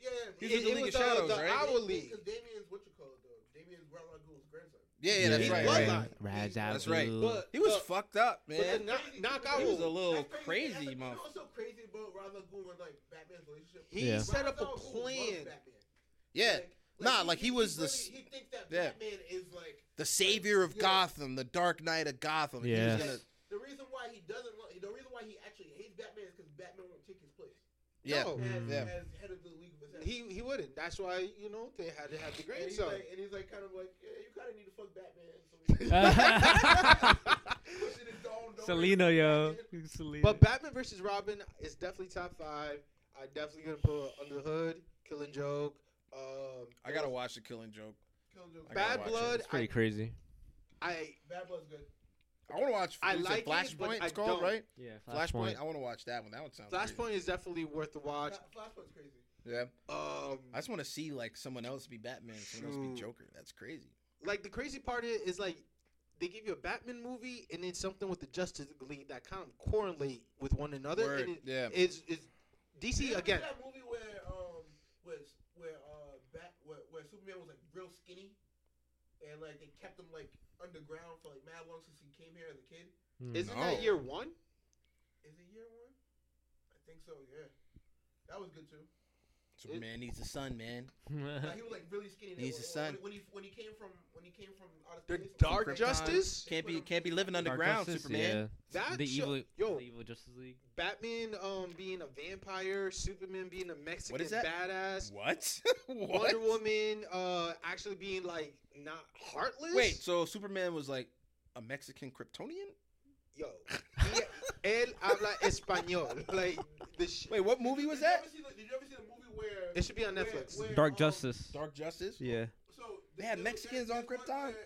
Yeah. He was It- with the it League was of the- Shadows, the right? Owl- Our league. Because Damien's what you call it though. Damien's Ra's al Ghul's grandson. Yeah, yeah, that's he's right. bloodline. right. Ra's al That's right. Ghul. But He was the- fucked up, but the man. knock, knock out He was a rule. little That's That's crazy, like- man. You know what's so crazy about Ra's al Ghul and like Batman's relationship? He Yeah. set up Ra's a al Ghul loves plan. Batman. Yeah, Nah, like, he was the really, s- He thinks that Yeah. Batman is like the savior of Yeah. Gotham, the Dark Knight of Gotham. He was Yes. gonna- The reason why he doesn't, want, the reason why he actually hates Batman is because Batman won't take his place Oh, yeah. No. as, Yeah. as head of the League of Assassins. He he wouldn't. That's why you know they had to have the and, he's grandson. like, and he's like, kind of like, yeah, you kind of need to fuck Batman. So we- pushing his dome, don't worry Selena, about yo. Batman. Selena. But Batman versus Robin is definitely top five. I definitely gonna put Under the Hood, Killing Joke. Um, I gotta watch the Killing Joke. Killing Joke. I gotta Bad watch it. Blood. it's pretty crazy. I, I Bad Blood's good. I want to watch. I what is like it, it, Flashpoint. but I it's called don't. right. Yeah. Flashpoint. I want to watch that one. That one sounds. crazy. Flashpoint is definitely worth the watch. Fla- Flashpoint's crazy. Yeah, Um, I just want to see like someone else be Batman, someone else Shoot. be Joker. That's crazy. like the crazy part is, is like they give you a Batman movie and then something with the Justice League that kind of correlate with one another. Word. And it, yeah, it's, it's DC Remember again. That movie where um was where uh bat where, where Superman was like real skinny, and like they kept him like underground for like mad long since he came here as a kid. Hmm. Isn't Mm, No. that year one? Is it year one? I think so. Yeah, that was good too. Superman needs the sun, man. Like, he was like really skinny. He's When- the sun. When, when he when he came from when he came from out of The space- Dark Krypton. Justice? Can't be can't be living Dark underground, Justice, Superman. Yeah. That the show- evil, yo. the evil Justice League. Batman um, being a vampire, Superman being a Mexican is that? badass, What? what? Wonder Woman uh, actually being like not heartless. Wait, so Superman was like a Mexican Kryptonian? yo, he- él habla español. Like the sh- Wait, what movie Did was you that? ever see the- Did you ever see the movie where? it should be on where- Netflix. where, Dark um, Justice. Dark Justice? Yeah. So They had there- Mexicans there's on one Krypton? where-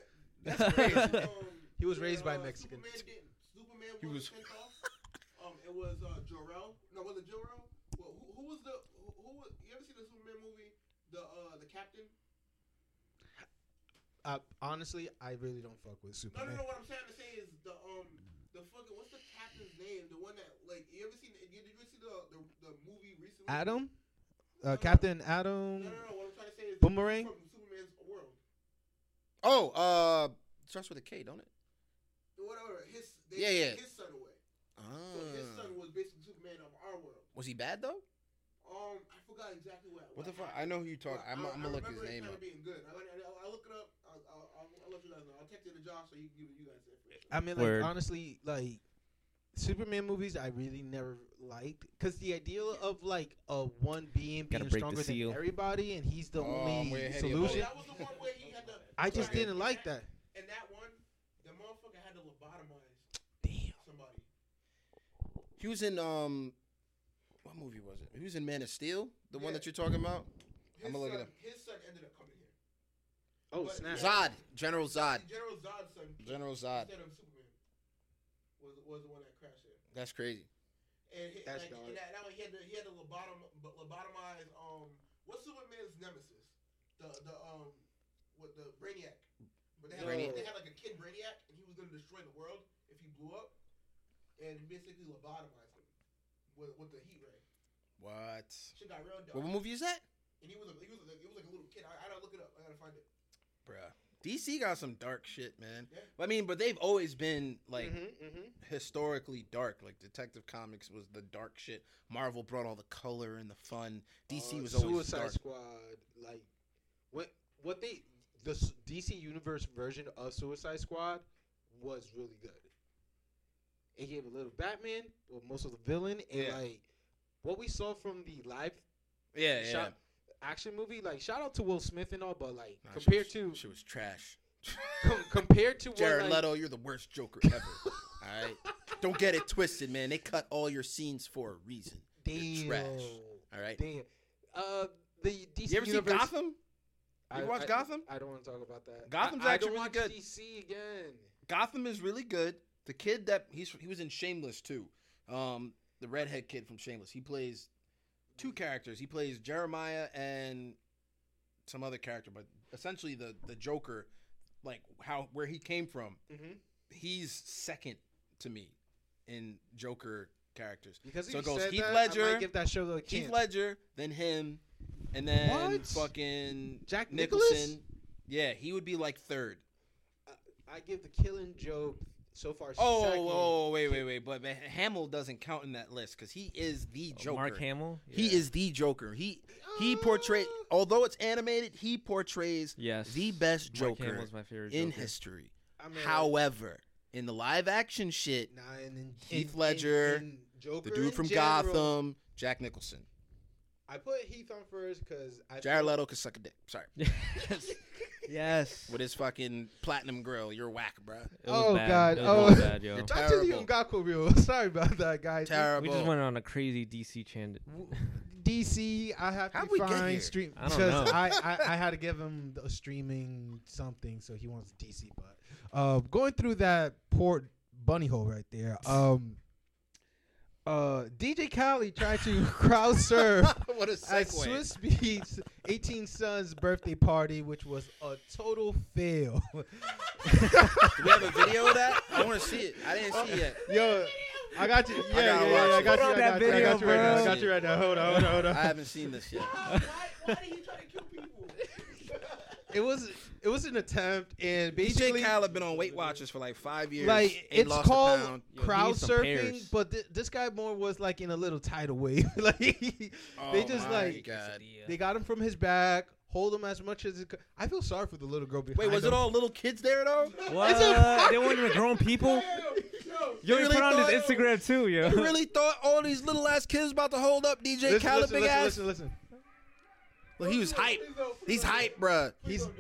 That's where, crazy. um, He was where, raised by uh, Mexicans. Superman, didn't, Superman He he was- was. sent off. Um, it was uh, Jor-El. No, was it Jor-El? Well, who, who was the who, who? was- You ever see the Superman movie? The uh, the Captain. Uh, honestly, I really don't fuck with No, no, Superman. no. What I'm trying to say is the um the fucking what's the captain's name? The one that like you ever seen? Did you ever see the the, the movie recently? Adam, uh, No, no. Captain No, Adam no, no. What I'm trying to say is Boomerang. from Superman's world. Oh, uh starts with a K, don't it? Whatever. His they Yeah, yeah. took his son away. Ah. So his son was basically Superman of our world. Was he bad though? Um, I forgot exactly what. What the fuck? I happened. know who you talk. But I'm, I'm gonna look his remember name it kinda up. Being good. I, I, I look it up. I'll, I'll, I'll, I'll let you guys know. I'll text you to Josh so you can give you guys the information. I mean, like Word. honestly, like Superman movies, I really never liked because the idea of like a one being Gotta break being the stronger than seal. everybody and he's the Oh, I'm way only ahead of you, Oh, solution. that was the one where he had the. I just Sorry. didn't like that. And that one, the motherfucker had to lobotomize Damn. somebody. He was in um what movie was it? He was in Man of Steel, the one Yeah. that you're talking about? His I'ma look it son, His son ended up coming here. Oh But- snap! Zod. General Zod. General Zod's son. came General Zod. Instead of Superman, was was the one that crashed here. That's crazy. And, he, That's like, dark. and that, that one he had to he had to lobotom, b- lobotomize. Um, what's Superman's nemesis? The the um, what the Brainiac. But they had, Brainiac. Like, they had like a kid Brainiac, and he was gonna destroy the world if he blew up, and he basically lobotomized him with with the heat ray. What? Shit got real dark. What movie is that? And he was a, he was a, he was like a little kid. I, I gotta look it up. I gotta find it. Bruh. DC got some dark shit, man. Yeah. I mean, but they've always been like mm-hmm, mm-hmm. historically dark. Like Detective Comics was the dark shit. Marvel brought all the color and the fun. DC was always Oh, Uh, Suicide dark. Squad. Like what what they the s- DC Universe version of Suicide Squad was really good. It gave a little Batman, but most of the villain, and Yeah. like what we saw from the live Yeah, yeah. shot action movie. Like shout out to Will Smith and all, but like Nah, she compared was- to she was trash. com- compared to what Jared like, Leto, you're the worst Joker ever. all right, don't get it twisted, man. They cut all your scenes for a reason. damn, You're trash. All right. damn. Uh, the DC You ever see Universe- Gotham? I- watch I- Gotham? I don't want to talk about that. Gotham's I, I actually don't really watch good. DC again. Gotham is really good. The kid that he's he was in Shameless too. Um, the redhead kid from Shameless. He plays two characters. He plays Jeremiah and some other character, but essentially the the Joker, like how where he came from. Mhm. He's second to me in Joker characters. Because So you it goes said Heath that, I Ledger, might give that show the Keith chance. Ledger, then him, and then What? fucking Jack Nicholson. Nicholson. Yeah, he would be like third. I give the Killing Joke so far. Oh, second. oh, wait, wait, wait. But man, Hamill doesn't count in that list because he is the Joker. Oh, Mark Hamill. He Yeah. is the Joker. He oh. he portrays, although it's animated, he portrays Yes. the best Mark Joker Hamill's my favorite in Joker. history. I mean, However, in the live action shit, nah, and then Heath Ledger, Joker the dude in from general, Gotham, Jack Nicholson, I put Heath on first because I. Jared feel- Leto could suck a dick. Sorry, yes. yes. with his fucking platinum grill, you're whack, bruh. It was Oh, bad. God. It was Oh. really bad, yo. You're Back to the Terrible. Ungaku reel. Sorry about that, guys. We Terrible. just went on a crazy DC chant. DC, I have How'd to we get here? find stream I don't because know. I, I I had to give him the streaming something, so he wants DC. But uh, going through that poor bunny hole right there. Um, uh, DJ Khaled tried to crowd surf what a at segue. Swiss Beats 18 Sons birthday party, which was a total fail. Do we have a video of that? I want to see it. I didn't see it yet. Yo, I got you. Yeah, Oh, I yeah, gotta watch yeah, I it. got you. Put on I that got you. I got you video, right now. I bro. got you right now. Hold on, hold on, hold I on. haven't seen this yet. Wow, why, why did he try to kill people? It was it was an attempt, and DJ basically, Khaled been on Weight Watchers for like five years. like and it's lost a called pound. Yo, he crowd needs some surfing, pears. but thi- this guy more was like in a little tidal wave. like he- they Oh just my like God. they got him from his back, hold him as much as it could. I feel sorry for the little girl behind. Wait, was it him. all little kids there though? What? they wanted the grown people. Yo, You they really put on his thought- Instagram too, yo. You really thought all these little ass kids about to hold up DJ Listen, Khaled listen, big listen, ass? listen, listen. Look, he was hype. He's hype, bruh. He's Look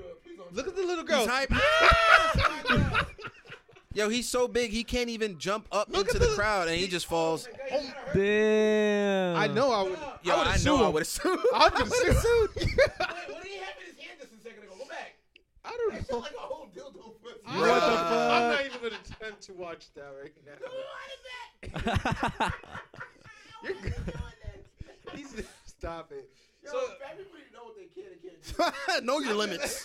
look at the little girl. He's hype. Ah! at Yo, he's so big he can't even jump up Look into at the, the- crowd, and he just falls. Damn. I know I would. Yo, I would I, assume. know I would assume. I would assume. Wait, what did he have in his hand just a second ago? Go back. I That don't shit know. like a whole dildo. for a I- What the second. I'm fuck? not even gonna attempt to watch that right No, now. what is that? You're Why are you good. doing that? He's, stop it. Yo, So- if everybody know what they can and can't do. know your limits.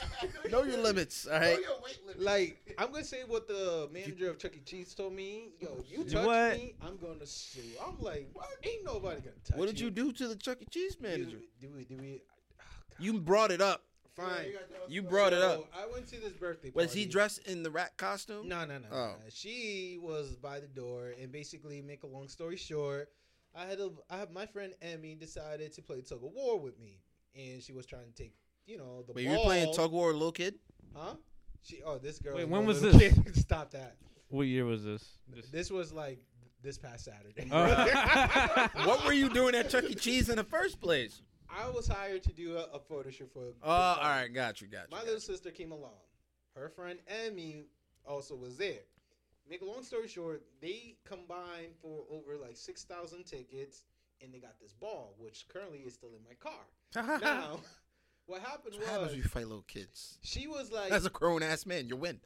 Know your limits. All Know right. your weight limit. Like I'm gonna say what the manager of Chuck E. Cheese told me. Yo, you touch What? me, I'm gonna sue. I'm like, what? Ain't nobody gonna touch What did you do to the Chuck E. Cheese You- manager? Do we? Do we? oh, God. You brought it up. Yeah, Fine. got that You one. brought it up. So, I went to this birthday party. Was he dressed in the rat costume? No, no, no. Oh. no. She was by the door, and basically, make a long story short, I had a, I have my friend Emmy decided to play tug of war with me, and she was trying to take, you know, the Wait, you ball. were playing tug of war, with a little kid? Huh? She. Oh, this girl. Wait, is when no was little this? kid. Stop that. What year was this? This was like this past Saturday. Uh. What were you doing at Chuck E. Cheese in the first place? I was hired to do a, a photo shoot for. Oh, all right, got you, got you. My got little you. sister came along. Her friend Emmy also was there. Make a long story short, they combined for over like six thousand tickets, and they got this ball, which currently is still in my car. Now, what happened What happens was when you fight little kids? she was like, As a grown ass man, you win.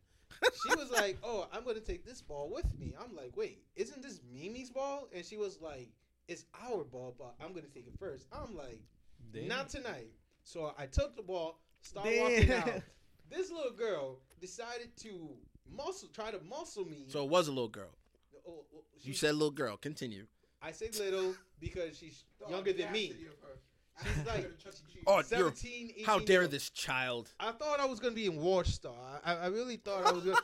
she was like, "Oh, I'm gonna take this ball with me." I'm like, "Wait, isn't this Mimi's ball?" And she was like, "It's our ball, but I'm gonna take it first. I'm like, Not tonight. So I took the ball, started walking Damn. out. This little girl decided to muscle, try to muscle me. So it was a little girl. Oh, oh, she- You said little girl. Continue. I say little because she's The younger than me. audacity of her. She's like E. Oh, you're- 17, 18 How dare years. this child? I thought I was gonna be in War Star. I, I really thought I was gonna.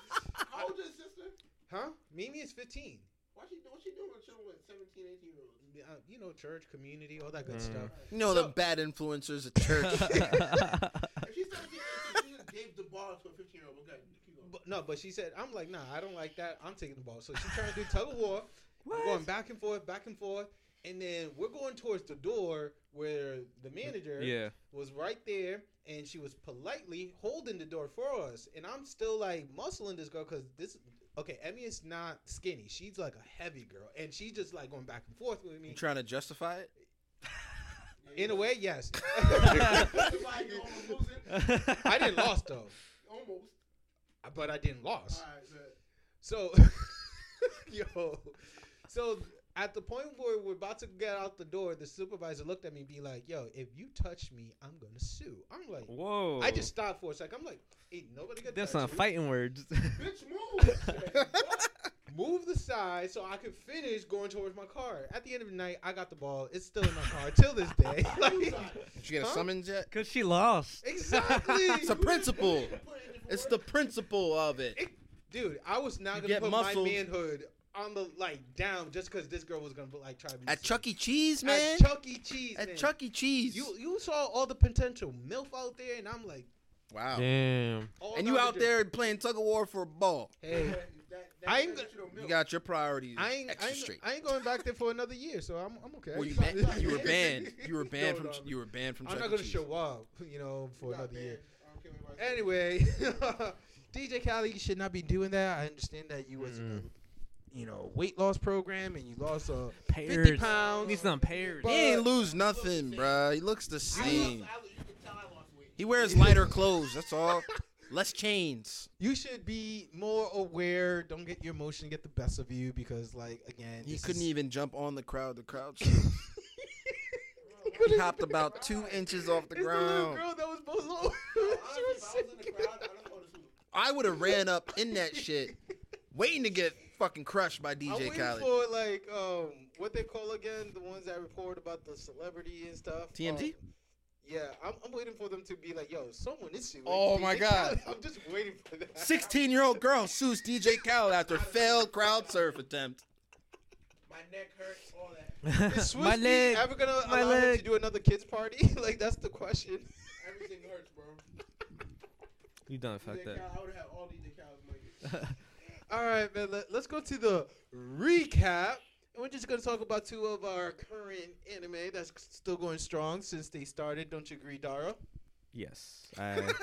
How old is your sister? huh? Mimi is 15. Why she, what she doing with children with 17, 18 year olds? Uh, You know, church, community, all that good Mm. stuff. You know So- the bad influencers at church. If she's 17, 18, she just gave the ball to a 15 year old. Okay, keep going. But, no, but she said, I'm like, nah, I don't like that. I'm taking the ball. So she's trying to do tug of war. We're going back and forth, back and forth, and then we're going towards the door where the manager Yeah. was right there, and she was politely holding the door for us. And I'm still like muscling this girl because this. Okay, Emmy is not skinny. She's like a heavy girl, and she's just like going back and forth with you me. trying to justify it? In a way, yes. Like, you almost lose it. I didn't lost though, Almost. but I didn't lost. All right, but So, yo, so at the point where we're about to get out the door, the supervisor looked at me and be like, "Yo, if you touch me, I'm gonna sue." I'm like, Whoa. I just stopped for a second. I'm like, "Ain't nobody gonna That's touch not you. fighting words. bitch, move. Move the side so I could finish going towards my car." At the end of the night, I got the ball. It's still in my car till this day. Like, Did you get a Huh? summons yet? Cause she lost. exactly. It's a principle. Put it in It's the principle of it. Dude, I was not You gonna get put muscled. my manhood on the like down just because this girl was gonna like try to At muscle me. Chuck E. Cheese, man. At Chuck E. Cheese. At man. Chuck E. Cheese. You you saw all the potential milf out there, and I'm like, Wow. Damn. all And you down the out drain. there playing tug of war for a ball. Hey, I I ain't ain't gonna- You got your priorities I ain't, I extra ain't, straight. I ain't going back there for another year, so I'm I'm okay. Well, you, Sorry, ban- sorry. you were banned. You were banned No, from. no, You were banned from. I'm Chuck not E. gonna Cheese. show up, you know, for another year. Anyway, DJ Khaled, you should not be doing that. I understand that you was in Mm. a, you know, weight loss program and you lost uh, 50 Pairs. pounds. These not pairs. He ain't But- lose nothing, bruh. He looks the I lost, I, same. lo- you can tell I lost weight. He wears lighter clothes. That's all. Less chains. You should be more aware. Don't get your emotion get the best of you because, like, again, He this couldn't is- even jump on the crowd. The crowd He couldn't hopped even- about two inches off the It's little ground. girl that was both low. Honestly, she was if I was in the sick. crowd, I don't know this was- I would have ran up in that shit, waiting to get fucking crushed by I'm DJ waiting Khaled. for like um what they call again the ones that report about the celebrity and stuff. TMZ? Um, yeah, I'm, I'm waiting for them to be like, yo, someone is suing. Oh DJ my God. Khaled." I'm just waiting for that. 16 year old girl sues DJ Khaled after failed crowd surf attempt. My neck hurts, all that. Is my Swizz Beatz leg. ever gonna my allow him leg. to do another kids party? like that's the question. Everything hurts, bro. You done fucked DJ up. Khaled, I would have had all DJ Khaled's money. All right, man. Let, us go to the recap. And we're just going to talk about two of our current anime that's still going strong since they started. Don't you agree, Dara? yes. I, So we're gonna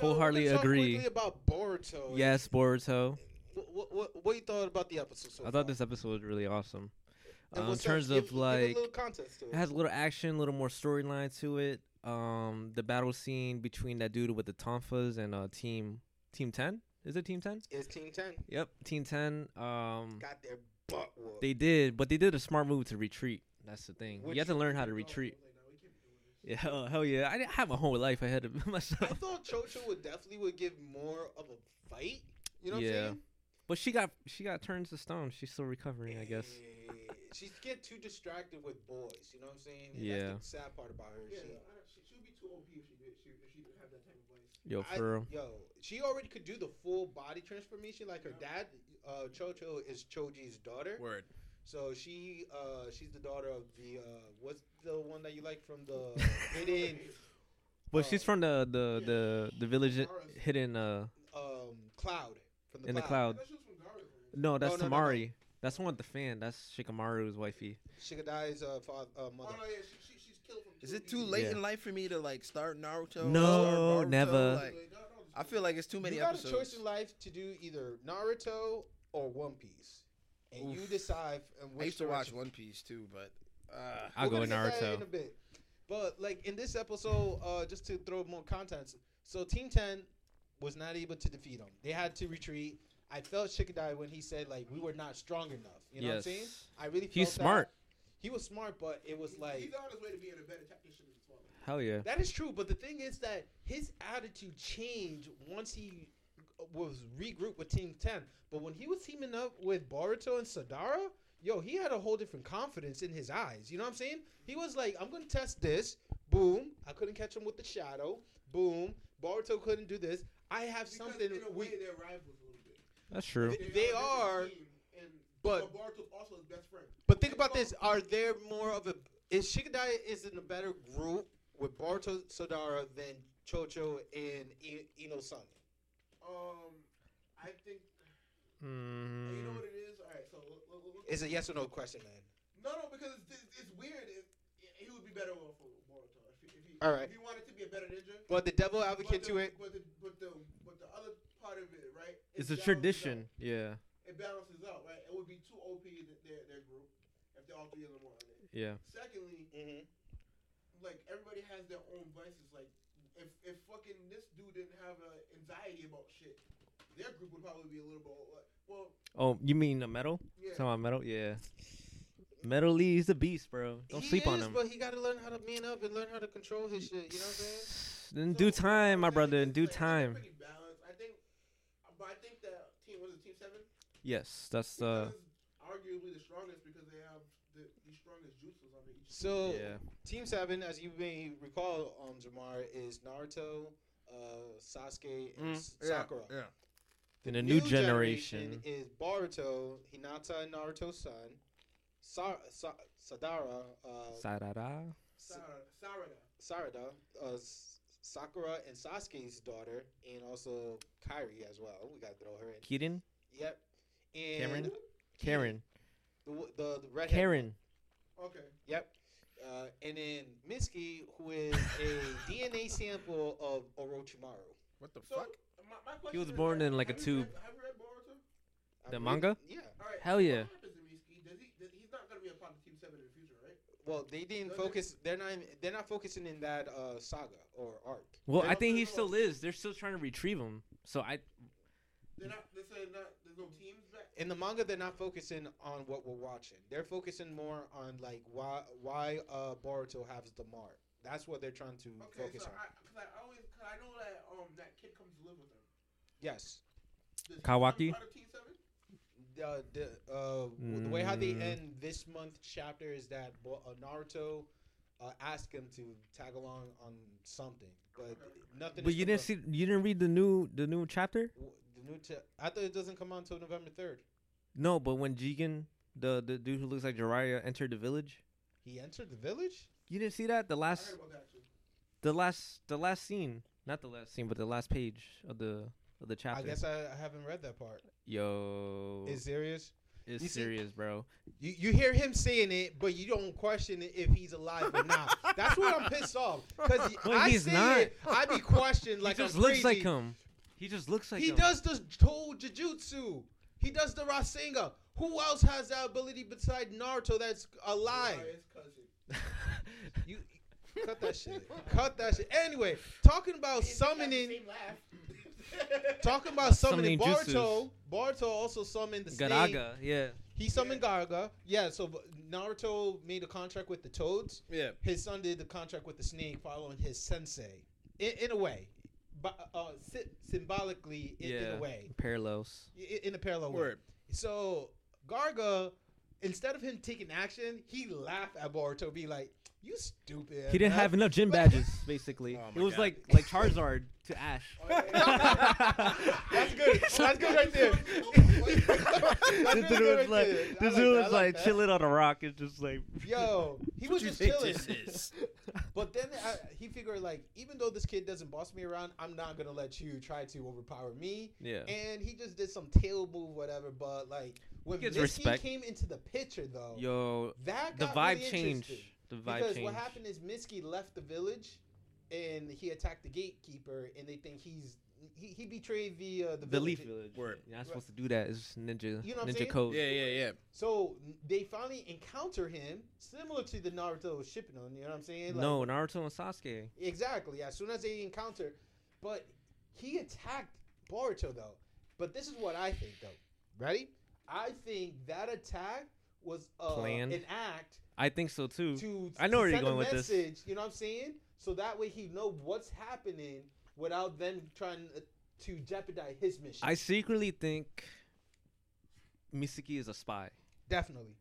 Wholeheartedly talk agree. quickly about Boruto. yes, Boruto. What, what, what you thought about the episode I so far? thought this episode was really awesome. And Um, in what's up? terms Give- of give a like, little context to it. it has a little action, a little more storyline to it. Um, the battle scene between that dude with the Tonfas and uh, team Team Ten. Is it Team Ten? It's Team Ten. Yep, Team Ten. Um, Got their butt whooped. they did, but they did a smart move to retreat. That's the thing. Which- you have to learn how to retreat. I was like, nah, we can't be doing this. Yeah, hell, hell yeah. I didn't have a whole life ahead of I myself. thought Chocho would definitely would give more of a fight. You know Yeah. what I'm But she got she got turned to stone. She's still recovering, saying? I guess. Eh, She's get too distracted with boys. You know what I'm saying? And Yeah. That's the sad part about her. Yeah, She, I don't- she, she'd be too OP if she did. She, if she didn't have that type of voice. Yo, I- for real. yo, she already could do the full body transformation. Like her dad, uh, Chocho is Choji's daughter. Word. So she, uh, she's the daughter of the uh, what's the one that you like from the hidden But she's from the the yeah. the, the village i- Forest. hidden uh um, cloud from the in the cloud. I cloud. thought she was from Gaara, man. No, that's no, no, no. Tamari. That's the one with the fan. That's Shikamaru's wifey. Shigadai's uh, father, uh, Oh, mother. no, yeah, she, she, she's killed from Is it too OPs. late Yeah. in life for me to like start Naruto? No, start Boruto? never. Like, Like, no, no, it's I good. feel like it's too many you got a episodes. choice in life to do either Naruto or One Piece, and you Oof. decide. And I which used to watch direction- One Piece too, but uh, I'll go We're gonna get that Naruto. in a bit. But like in this episode, uh, just to throw more context, so Team Ten was not able to defeat them. They had to retreat. I felt Shikadai when he said like we were not strong enough. You know yes. what I'm saying? I really felt He's that. smart. He was smart, but it was He's- like He's on his way to being a better technician than Swallow. Hell yeah. that is true. But the thing is that his attitude changed once he was regrouped with Team Ten. But when he was teaming up with Boruto and Sadara, yo, he had a whole different confidence in his eyes. You know what I'm saying? He was like, "I'm gonna test this. Boom! I couldn't catch him with the shadow. Boom! Boruto couldn't do this. I have Because something." in a way, we- they're rivals a little bit. That's true. Th- They a are, different team, and but- Barto's also his best friend. But think about this: Are there more of a is Shikadai is in a better group with Boruto Sadara than Chocho and I- Inosane? Um, I think you Mm, know what it is. All right, so look, look, look, It's a Hmm. yes or no question, man. no, no, because it's, it's, it's weird. If, he would be better off for Boruto if he, if he, All right. if he wanted to be a better ninja. But the devil But advocate the, to it. But the, but the but the other part of it, right? it it's a balances tradition. Yeah. out. It balances out, right? It would be too OP that their their group if they're all three of them were on it. Yeah. Secondly, Mm-hmm. like everybody has their own vices. Like if if fucking this dude didn't have uh, anxiety about shit, their group would probably be a little bit like, well, Oh, you mean a metal? yeah. Talking about metal? Yeah. Metal Lee's the beast, bro. Don't sleep on him. But he got to learn how to man up and learn how to control his shit. You know what I'm saying? In So, due time, my I think brother. In it's, due like, I think they're time. pretty balanced. I think, but I think that team was it team seven. Yes, that's the. Because arguably the strongest because they have the, the strongest juices on each. So Yeah. Team Seven, as you may recall, um, Jamar is Naruto, uh, Sasuke, and S- Sakura. Yeah. And a new generation. is Boruto, Hinata, and Naruto's son, Sa- Sa- Sadara, uh, Sa-da-da. S- Sarada, Sarada. Sarada, uh, S- Sakura, and Sasuke's daughter, and also Kairi as well. We gotta throw her in. Keaton? Yep. And Cameron? Karen. the w- the, the redhead. Karen. Okay. Yep. Uh, and then Miski, who is a DNA sample of Orochimaru. What the So fuck? my, my question was is, born like, in, like, a have tube. You read, have you read Boruto? The I believe- manga? Yeah. All right. Hell so yeah. What happens to Miski? Does he? Does, he's not gonna be a part of Team Seven in the future, right? Well, they didn't focus. They're not. even- They're not focusing in that uh, saga or arc. Well, They I don't- think they he don't- still lives. They're still trying to retrieve him. So I They're not. They said not. There's no teams back. In the manga, they're not focusing on what we're watching. They're focusing more on like why why uh, Boruto has the mark. That's what they're trying to Okay, focus so on. I, cause I always, cause I know that um that kid comes to live with them. yes. Does he Kawaki? become part of Team Seven? The, the, uh, w- the way how they Mm. end this month chapter is that Bo- uh, Naruto uh, asked him to tag along on something, but nothing. But is you didn't confirmed. see you didn't read the new the new chapter? W- the new. Te- I thought it doesn't come out until November third. No, but when Jigen, the the dude who looks like Jiraiya entered the village, He entered the village. you didn't see that? The I last heard about that too. the last the last scene, not the last scene, but the last page of the of the chapter. I guess I, I haven't read that part. Yo, Is serious? it's you see- serious, bro. You, you hear him saying it, but you don't question it if he's alive or not. That's what I'm pissed off because Well, I he's see not. it, I be questioned like he just I'm looks like crazy. him. He just looks like he him. does the whole jujutsu. He does the Rasengan. Who else has that ability beside Naruto that's alive? Jiraiya's cousin. You cut that shit. Cut that shit. Anyway, talking about They- they got the summoning. same laugh. Talking about summoning, Summoning jutsus. Barto. Barto also summoned the snake. Garaga, yeah. He summoned Garaga. Yeah, so but Naruto made a contract with the Toads. Yeah. His son did the contract with the snake, following his sensei. In, in a way, but uh, sy- symbolically, in, in Yeah. a way, Parallels. I- in a parallel way. Word. So Garga, instead of him taking action, he laughed at Boruto, be like, "You stupid." He didn't man." have enough gym badges, basically. Oh my it was God. like like Charizard to Ash. Oh, yeah. That's good. That's good right there. That's this really dude good was right like, there. I this dude like that. I was like that. chilling on a rock. It's just like, Yo, he was What you just think chilling. this is? But then I, he figured, like, even though this kid doesn't boss me around, I'm not gonna let you try to overpower me. yeah. And he just did some tail move, whatever. But like when He gets Mitsuki respect. came into the picture, though, Yo, that the got vibe really changed. interesting. The vibe because changed. what happened is Mitsuki left the village, and he attacked the gatekeeper, and they think he's he, he betrayed the uh, the, the Leaf village. Village. Word. You're not supposed to do that. It's just ninja You know what I'm ninja saying? code. Yeah, yeah, yeah. So n- they finally encounter him, similar to the Naruto Shippuden. You know what I'm saying? Like, No, Naruto and Sasuke. Exactly. As soon as they encounter, but he attacked Boruto though. But this is what I think though. Ready? I think that attack was uh, Planned. an act I think so too. to I know to where you're send going a with this. message, You know what I'm saying? So that way he know what's happening without them trying uh, to jeopardize his mission. I secretly think Misaki is a spy definitely.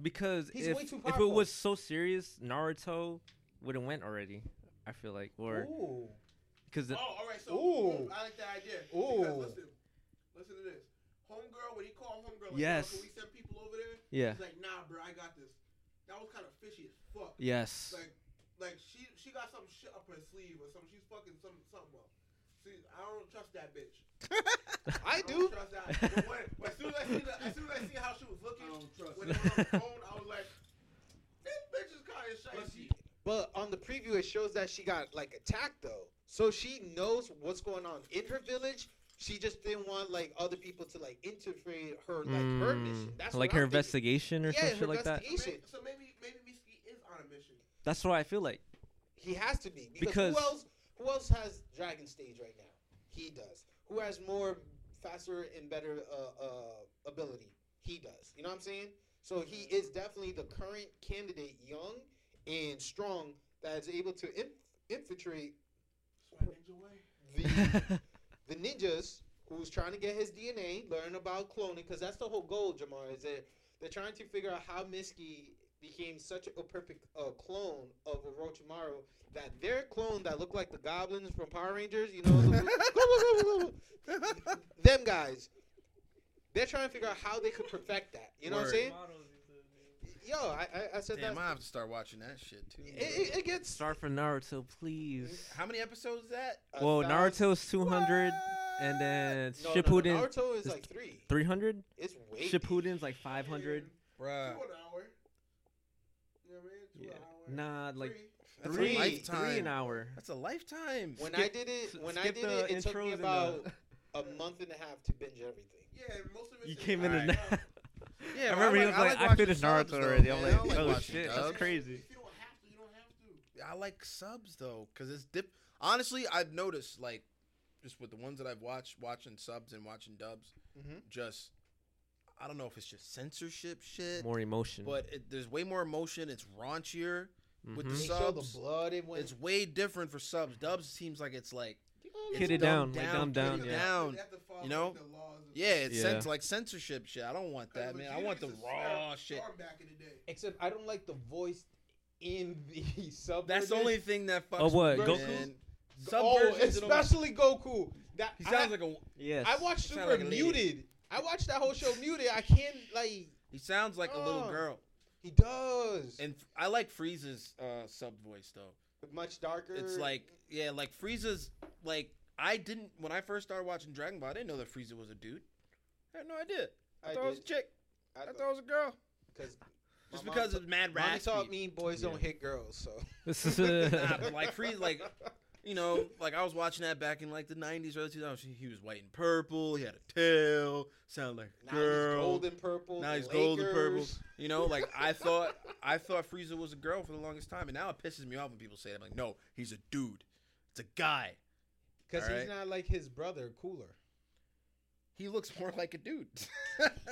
because He's if, way too if it powerful. was so serious, Naruto would have went already. I feel like, or Ooh. because Oh, all right. So Ooh. boom, I like that idea. Ooh. Because listen, listen to this. Homegirl, when he called homegirl, like, Yes. "Yo, can we send people over there? yeah, She's like, nah, bro, I got this. That was kind of fishy as fuck. yes, Like, like she she got some shit up her sleeve or something. She's fucking some something up. See, I don't trust that bitch. I do. don't trust that. But when, when, as soon as I see the, as soon as I see how she was looking, I don't trust when it. they were on the phone, I was like, this bitch is kind of shifty. But on the preview, it shows that she got like attacked though, so she knows what's going on in her village. She just didn't want like other people to like interfere her like her Mm, mission. That's like what her I'm thinking. investigation or Yeah, some her shit like that. So investigation. maybe, so maybe maybe Misky is on a mission. That's what I feel like. He has to be because, Because- who else? Who else has Dragon Stage right now? He does. Who has more, faster and better uh, uh, ability? He does. You know what I'm saying? So he is definitely the current candidate, young and strong, that is able to inf- infiltrate Swat ninja way. the the ninjas who's trying to get his DNA, learn about cloning, because that's the whole goal, Jamar, is that they're trying to figure out how Miski became such a perfect uh, clone of Orochimaru that their clone that looked like the goblins from Power Rangers, you know, the- go, go, go, go, go. them guys, they're trying to figure out how they could perfect that. You know what I'm Word. saying? Yo, I, I, I said Damn, that. I have to start watching that shit too. It, it, it gets. Start for Naruto, please. How many episodes is that? a Well, thousand- Naruto's two hundred, and then No, no, no, Shippuden Naruto is is like three. three hundred. It's way. deep. Shippuden's like five hundred. Bruh. Two an hour. You know what I mean? Two Uh, Yeah. an hour. Nah, like Three. That's three, a lifetime. three an hour. That's a lifetime. When I Skip- did it, when I Skip did the it, it took intros me and the- about a month and a half to binge everything. Yeah, and most of it's You came in Alright. and Alright. Yeah, I but remember he like- was like, "I watching finished Naruto subs, though, already." I'm man. I like, like "Oh watching shit, that's dubs. crazy." If you don't have to, you don't have to. I like subs though, cause it's dip. Honestly, I've noticed like just with the ones that I've watched, watching subs and watching dubs, Mhm. just I don't know if it's just censorship shit, More emotion. but it, there's way more emotion. It's raunchier. with the Mhm. They show the Subs, blood it went. It's way different for subs. Dubs seems like it's like it's Kid it down, dumbed like dumb down. kid it Yeah. down. They have to follow You know? the laws of- Yeah, it's Yeah. cens- like censorship shit. I don't want 'Cause that, man. I Vegeta want the used to swear raw shit. hard Back in the day. Except I don't like the voice in the sub. That's the version. only thing that fucks. Oh, what, me, Goku? man. Sub Oh, versions, it almost- especially Goku. That He I, sounds like a. yes. I watched he Super sound like a lady. muted. I watched that whole show muted. I can't like. He sounds like a little Oh. girl. He does. And I like Frieza's uh, sub voice though. much darker. It's like yeah, like Frieza's like I didn't when I first started watching Dragon Ball. I didn't know that Frieza was a dude. I had no idea. I, I thought it was a did. chick. I I thought, thought it was a girl. because Just because it's mad Mommy raspy. taught me boys Yeah. don't hit girls, so This is Nah, but like Frieza, like you know, like I was watching that back in like the '90s, early 2000s. He- He was white and purple. He had a tail. Sounded like a now girl. he's gold and purple. Now the he's gold and purple. Lakers. You know, like I thought, I thought Frieza was a girl for the longest time, and now it pisses me off when people say that. I'm like, no, he's a dude. It's a guy. Because All he's right. not like his brother, cooler. He looks more like a dude.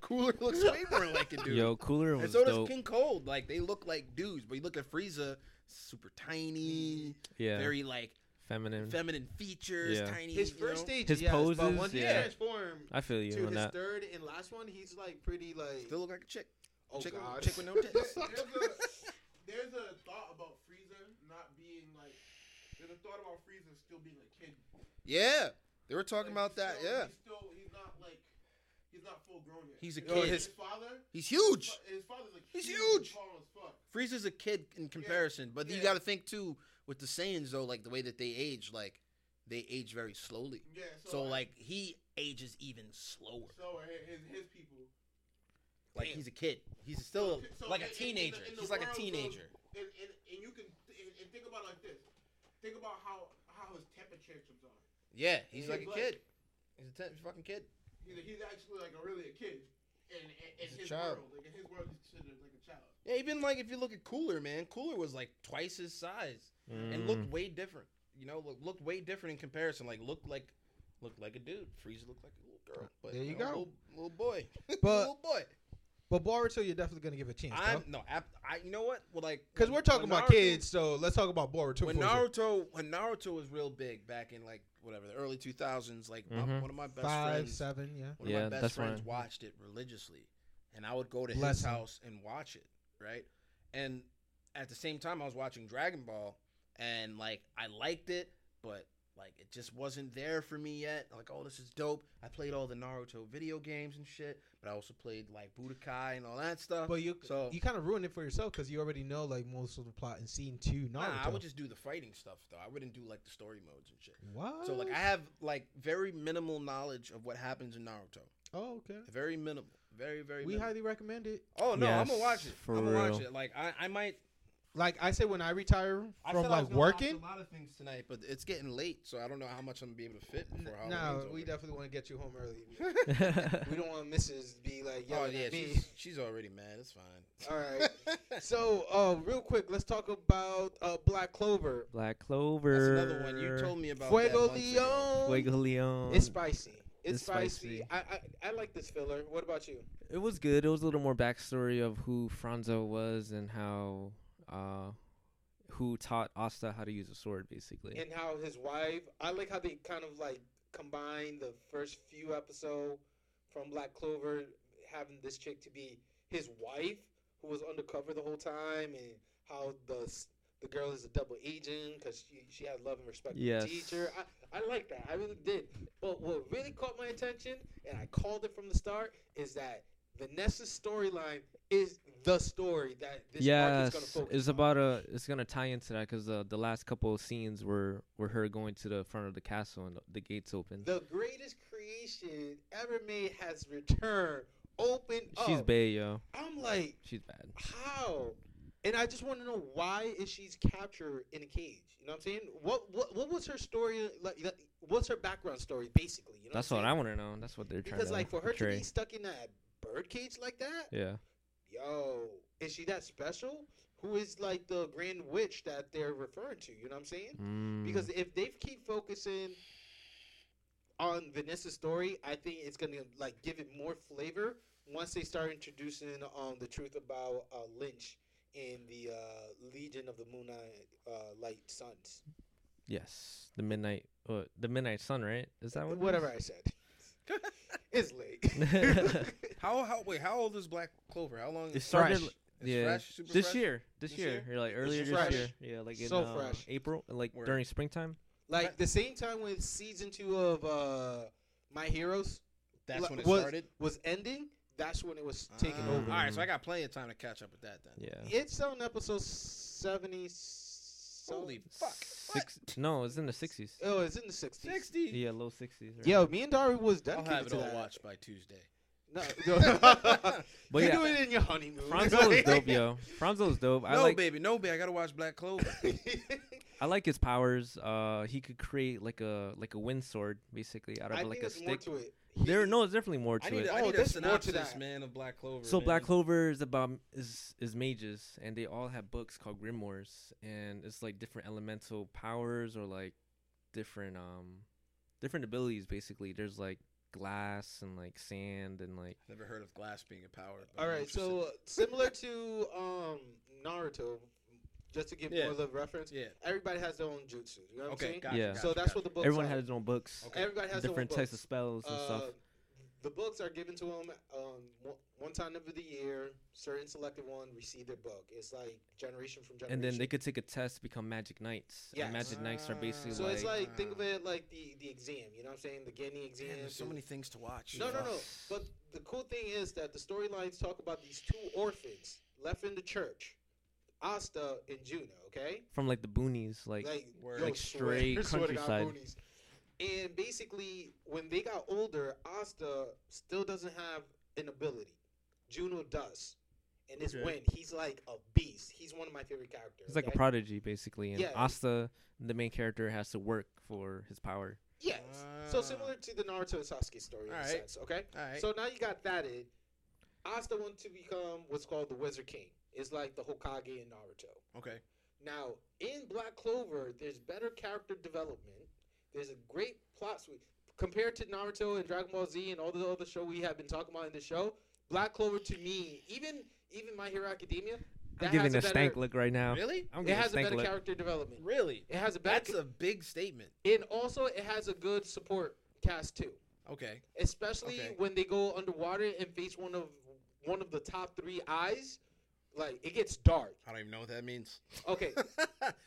Cooler looks way more like a dude. Yo, Cooler and was so does dope. King Cold. Like they look like dudes, but you look at Frieza, super tiny, yeah, very like feminine. feminine features, Yeah. tiny. His you first know? stage, His yes, but poses, once he yeah. transformed I feel to you on his that. third and last one, he's like pretty like. Still look like a chick. oh chick, god, chick with no tits. There's a- There's a thought about Frieza not being like. There's a thought about Frieza still being a kid. yeah, they were talking Like, about that. he's Yeah, still- He's still. He's not like. He's not full grown yet. He's a You kid. know, His- His father. he's huge. fu- His father's like. He's huge. and tall as fuck. Frieza's a kid in comparison, but you Yeah. got to think too with the Saiyans though, like the way that they age, like they age very slowly. Yeah. So, So like he ages even slower. So are his his, his people. Like Damn. he's a kid. He's still So- so like in- a in- in the- teenager. in the he's like a world of- teenager. and, and, and you can and, and think about it like this. Think about how how his temper tantrums are. Yeah, he's Yeah, like a but- kid. He's a ten, he's a fucking kid. He's, he's actually like a, really a kid, and, and, and He's a his child. world, like in his world, he's considered like a child. Yeah, even like if you look at Cooler, man, Cooler was like twice his size and Mm. looked way different. You know, look, looked way different in comparison. Like looked like looked like a dude. Frieza looked like a little girl, but There you know, go. little, little boy, But- little boy. But Boruto, you're definitely gonna give a chance. I'm no, I, I you know what? Well, like Because when- we're talking when about Naruto- kids, so let's talk about Boruto. When for a second. Naruto, when Naruto was real big back in like whatever the early two thousands, like my- Mhm. one of my best Mm-hmm. five, friends, seven, yeah. one Yeah, of my best that's friends fine. watched it religiously, and I would go to Bless his him. house and watch it, right? And at the same time, I was watching Dragon Ball, and like I liked it, but like it just wasn't there for me yet. Like, oh, this is dope. I played all the Naruto video games and shit, but I also played like Budokai and all that stuff. But you so you kind of ruined it for yourself because you already know like most of the plot in scene two. Naruto. Nah, I would just do the fighting stuff though. I wouldn't do like the story modes and shit. what? So like I have like very minimal knowledge of what happens in Naruto. oh okay. Very minimal. Very very. We minimal. highly recommend it. oh no, I'm gonna Yes, watch it. for I'm gonna watch real. it. Like I, I might Like I said, when I retire I from said I was like gonna watch working, a lot of things tonight, but it's getting late, so I don't know how much I'm gonna be able to fit n- before Halloween's no, over. we definitely want to get you home early. we Mm. don't want Mrs. be like Oh yelling yeah, at me. she's, she's already mad. It's fine. All right. So uh, real quick, let's talk about uh, Black Clover. Black Clover. That's another one you told me about. that Fuego months ago. Leon. Fuego Leon. It's spicy. It's, It's spicy. spicy. I, I I like this filler. What about you? it was good. It was a little more backstory of who Franzo was and how, uh, who taught Asta how to use a sword, basically. and how his wife. I like how they kind of like combine the first few episode from Black Clover having this chick to be his wife who was undercover the whole time, and how the s- the girl is a double agent because she she had love and respect Yes. for the teacher. I I like that. I really did. But what really caught my attention, and I called it from the start, is that. Vanessa's storyline is the story that this arc is yes, going to focus it's on. about a. It's gonna tie into that because uh, the last couple of scenes were were her going to the front of the castle and the, the gates open. The greatest creation ever made has returned. Open She's up. bae, yo. I'm like, She's bad. how? And I just want to know why is she's captured in a cage? You know what I'm saying? What what what was her story like? like, What's her background story basically? You know That's what, what I'm I want to know. That's what they're saying? trying Because to like for her to portray. be stuck in that birdcage like that? Yeah. Yo, is she that special? Who is like the Grand Witch that they're referring to? You know what I'm saying? Mm. Because if they keep focusing on Vanessa's story, I think it's gonna like give it more flavor once they start introducing um the truth about uh, Lynch in the uh, Legion of the Moon Eye, uh, Light Sons. yes, the midnight, uh, the midnight sun, right? Is Oh, that what? it Whatever is? I said, it's late. How how wait? How old is Black Clover? How long? It is started. Fresh. It's yeah, fresh, super this fresh? year, this, This year, year? You're like earlier is this fresh. year, yeah, like in So uh, fresh. April, like Word. during springtime. like the same time when season two of uh, My Heroes That's like, when it was- started. was ending, that's when it was taken Ah. Ah. over. All right, so I got plenty of time to catch up with that then. Yeah, It's on episode seventy. Holy fuck! Six, no, it's in the sixties. Oh, it's in the 60s. Sixty. Yeah, low sixties. Yo, me and Dari was I'll done. have it to all that. watched by Tuesday. No, no. but you yeah, do it in your honeymoon. Franzo is dope, yo. Franzo is dope. I no, like baby, no, baby. I gotta watch Black Clover. I like his powers. Uh, he could create like a like a wind sword, basically out of I like think a it's more stick. to it. There, He- no, there's definitely more I to need, it. a, Oh, I need a there's more to synopsis, that. man, of Black Clover. So man. Black Clover is about is is mages, and they all have books called grimoires, and it's like different elemental powers or like different um different abilities. Basically, there's like glass and like sand and like Never heard of glass being a power. but All I'm right, interested. so uh, similar to um Naruto, just to give Yeah. more of a reference, yeah. everybody has their own jutsu. You know what I'm Okay. saying? Gotcha, Yeah. Gotcha, so that's gotcha. what the books. everyone are. has their own books, Okay. Everybody has different their own types of books. spells and stuff. Uh, the books are given to them um, one- one time of the year. Certain selected one receive their book. It's like generation from and generation. then they could take a test to become magic knights. Yes. And magic knights are basically So like, it's like think of Wow. it like the the exam. You know what I'm saying? The Guinea exam. Man, there's so the- many things to watch. No, no, Fuck. no. But the cool thing is that the storylines talk about these two orphans left in the church, Asta and Juno. Okay, from like the boonies, like, word. yo, like swear- straight swear to God, countryside. boonies. And basically, when they got older, Asta still doesn't have an ability. Juno does, and it's Okay. when he's like a beast. He's one of my favorite characters. he's like a okay? prodigy basically, and Yeah. Asta, the main character, has to work for his power. Yes. so Ah. similar to the Naruto and Sasuke story in a Alright. sense, okay? All right. So now you got that in. Asta wanted to become what's called the Wizard King. It's like the Hokage in Naruto. okay. Now, in Black Clover, there's better character development. There's a great plot suite. Compared to Naruto and Dragon Ball Z and all the other show we have been talking about in the show, Black Clover to me, even even My Hero Academia, I'm that giving has a a stank better- look right now. Really? I'm it giving a has a stank better look. character development. Really? It has a better That's a big statement. and also it has a good support cast too. Okay. especially Okay. when they go underwater and face one of one of the top three eyes. Like it gets dark. I don't even know what that means. Okay,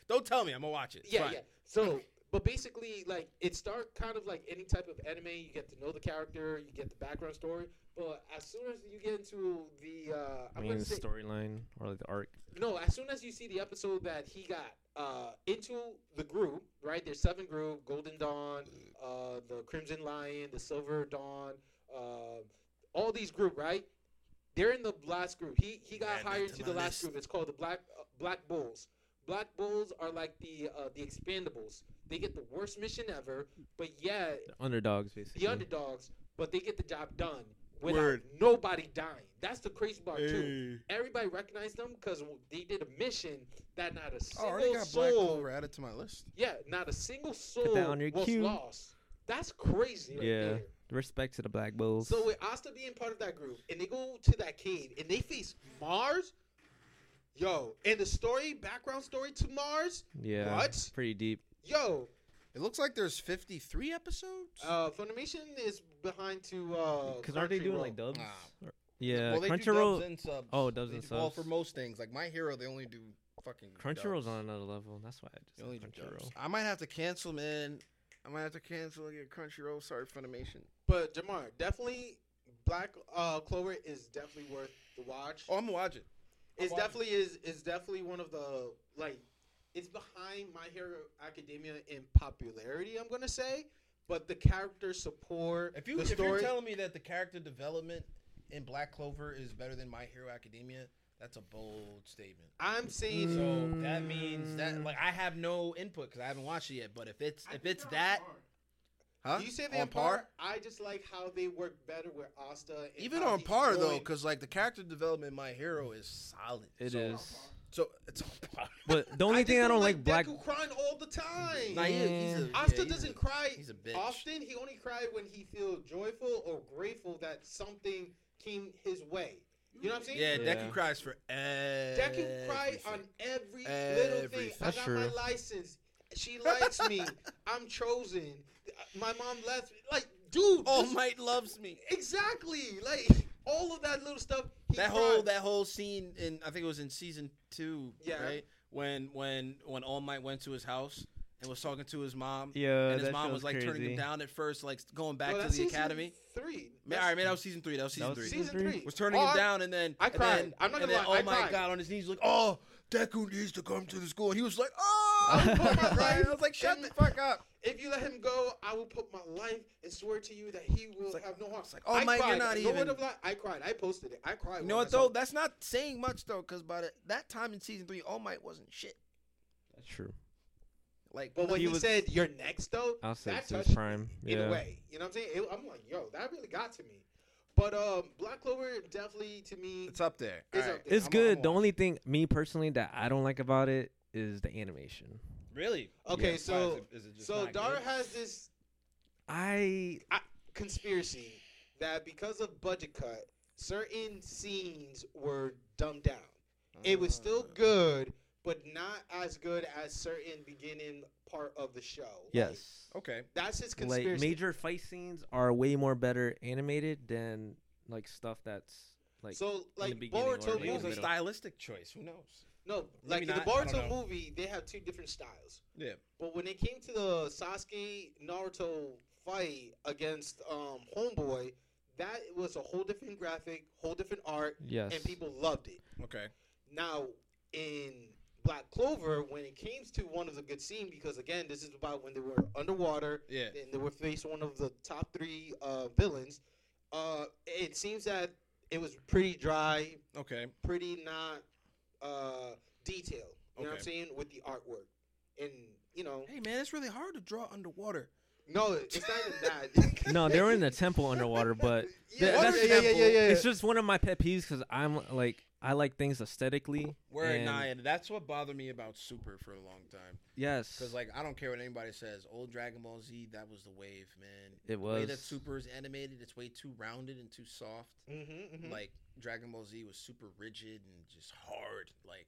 don't tell me. I'm gonna watch it. It's yeah, fine. yeah. So, but basically, like it start kind of like any type of anime. You get to know the character, you get the background story. But as soon as you get into the, uh, I I'm mean, gonna the say storyline or like the arc. no. As soon as you see the episode that he got uh, into the group, right? There's seven group: Golden Dawn, uh, the Crimson Lion, the Silver Dawn, uh, all these group, right? They're in the last group. He he got Add that hired to to my the last list. group. It's called the Black uh, Black Bulls. Black Bulls are like the uh, the Expandables. They get the worst mission ever, but yeah, The underdogs, basically. the underdogs, but they get the job done without Word. nobody dying. That's the crazy part too Hey. everybody recognized them because they did a mission that not a Oh, I single already got Black soul, Clover added to my list. yeah, not a single soul on your was queue. lost. That's crazy, right Yeah. there. Respect to the Black Bulls. So with Asta being part of that group, and they go to that cave, and they face Mars. Yo, and the story, background story to Mars. yeah, What? Pretty deep. Yo, It looks like there's 53 episodes. uh, Funimation is behind to uh. Because aren't they doing like Crunchyroll. dubs? Ah. Or- Yeah, well, they do dubs Crunchyroll. and subs. Oh, dubs They and do- Well, subs. for most things, like My Hero, they only do fucking. Crunchyroll's dubs. on another level. That's why I just They only like do Crunchyroll. dubs. I might have to cancel, man. I might have to cancel and get Crunchyroll. Sorry, Funimation. But Jamar, definitely Black uh, Clover is definitely worth the watch. Oh, I'm gonna watch it. I'm It's watching. definitely is is definitely one of the like it's behind My Hero Academia in popularity. I'm gonna say, but the character support, If you the if story, you're telling me that the character development in Black Clover is better than My Hero Academia, that's a bold statement. I'm saying So that means Mm. that like I have no input because I haven't watched it yet. But if it's I if think it's they're on that, par. Huh? You say they on par? I just like how they work better with Asta. And Even how on he's par though, going- because like the character development, in my hero is solid. It is. so, So it's on par. But the only I just thing I don't don't like Black. Deku crying all the time. Nah, he- he's a- yeah, Asta he's a- doesn't cry He's a bitch. often. He only cried when he feels joyful or grateful that something came his way. You know what I'm saying? Yeah, Deku Yeah. cries for everything. Deku cried on every little thing. Everything. I got my Sure. license. She likes me. I'm chosen. My mom left me. Like, dude. All this- Might loves me. Exactly. Like all of that little stuff. he that whole cried. that whole scene in I think it was in season two, Yeah. right? When when when All Might went to his house and was talking to his mom, Yeah, and his that mom shit was like turning him crazy. down at first, like going back No, to that's the season academy. Three. Man, all right, man, that was season three. That was season That was three. season Season three. three. was turning Oh, him I- down, and then I and cried. then- I'm not and gonna then lie, I Oh my cried. god, on his knees, like, oh, Deku needs to come to the school, and he was like, oh, I was, put my crying. life I was like, shut in- the fuck up. If you let him go, I will put my life and swear to you that he will have no harm. It's like, oh I Mike, cried. you're not No word even. of lie. I cried. I posted it. I cried. You when know I what saw though? it. That's not saying much though, because by the, that time in season three, All Might wasn't shit. That's true. Like, But when He he, was- said you're next though, I'll say that it's his touched prime. me in Yeah. a way. You know what I'm saying? It- I'm like, yo, that really got to me. But um, Black Clover definitely to me it's up there. is All right. up there. It's I'm- good. I'm the on. only thing, me personally, that I don't like about it is the animation. Really? Okay, Why is so it- is it just so not Dara good? has this I conspiracy that because of budget cut, certain scenes were dumbed down. It was still Ah. good, but not as good as certain beginning part of the show. Like, yes, Okay. that's his like conspiracy. major fight scenes are way more better animated than like stuff that's like so like beginning or Boruto late in the It was a movie, middle. stylistic choice. Who knows? no, like in not, the I don't Boruto know. movie, they have two different styles. Yeah. But when it came to the Sasuke Naruto fight against um, Homeboy, that was a whole different graphic, whole different art, yes, and people loved it. Okay. Now, in Black Clover, when it came to one of the good scene, because again, this is about when they were underwater Yeah. and they were faced one of the top three uh, villains. Uh, it seems that it was pretty dry, Okay. pretty not uh, detailed. You know what Okay. I'm saying with the artwork, and you know, Hey man, it's really hard to draw underwater. no, it's not even that. no, they were in the temple underwater, but yeah, that's yeah, yeah, yeah, yeah, yeah. it's just one of my pet peeves because I'm like I like things aesthetically. We're and- nine. That's what bothered me about Super for a long time. Yes, Cause like I don't care what anybody says. Old Dragon Ball Z, that was the wave, man. it The way was that Super is animated, it's way too rounded and too soft. Mhm, mhm. Like Dragon Ball Z was super rigid and just hard. Like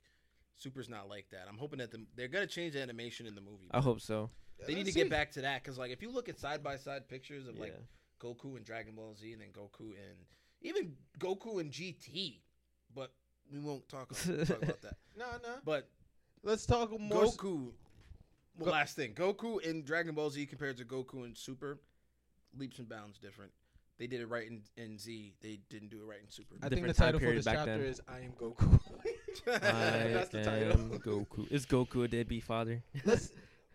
Super's not like that. I'm hoping that the, they're gonna change the animation in the movie. I hope so. they need to Let's get see. back to that because like if you look at side by side pictures of Yeah. like Goku and Dragon Ball Z, and then Goku and even Goku and GT. But we won't talk, about- talk about that. No, no. But Let's talk more. Goku, well, Go- last thing, Goku in Dragon Ball Z compared to Goku in Super, leaps and bounds different. They did it right in, in Z. They didn't do it right in Super. I think the different time title for period this back chapter then. is "I Am Goku." I That's the title. am Goku. Is Goku a deadbeat father? Let's.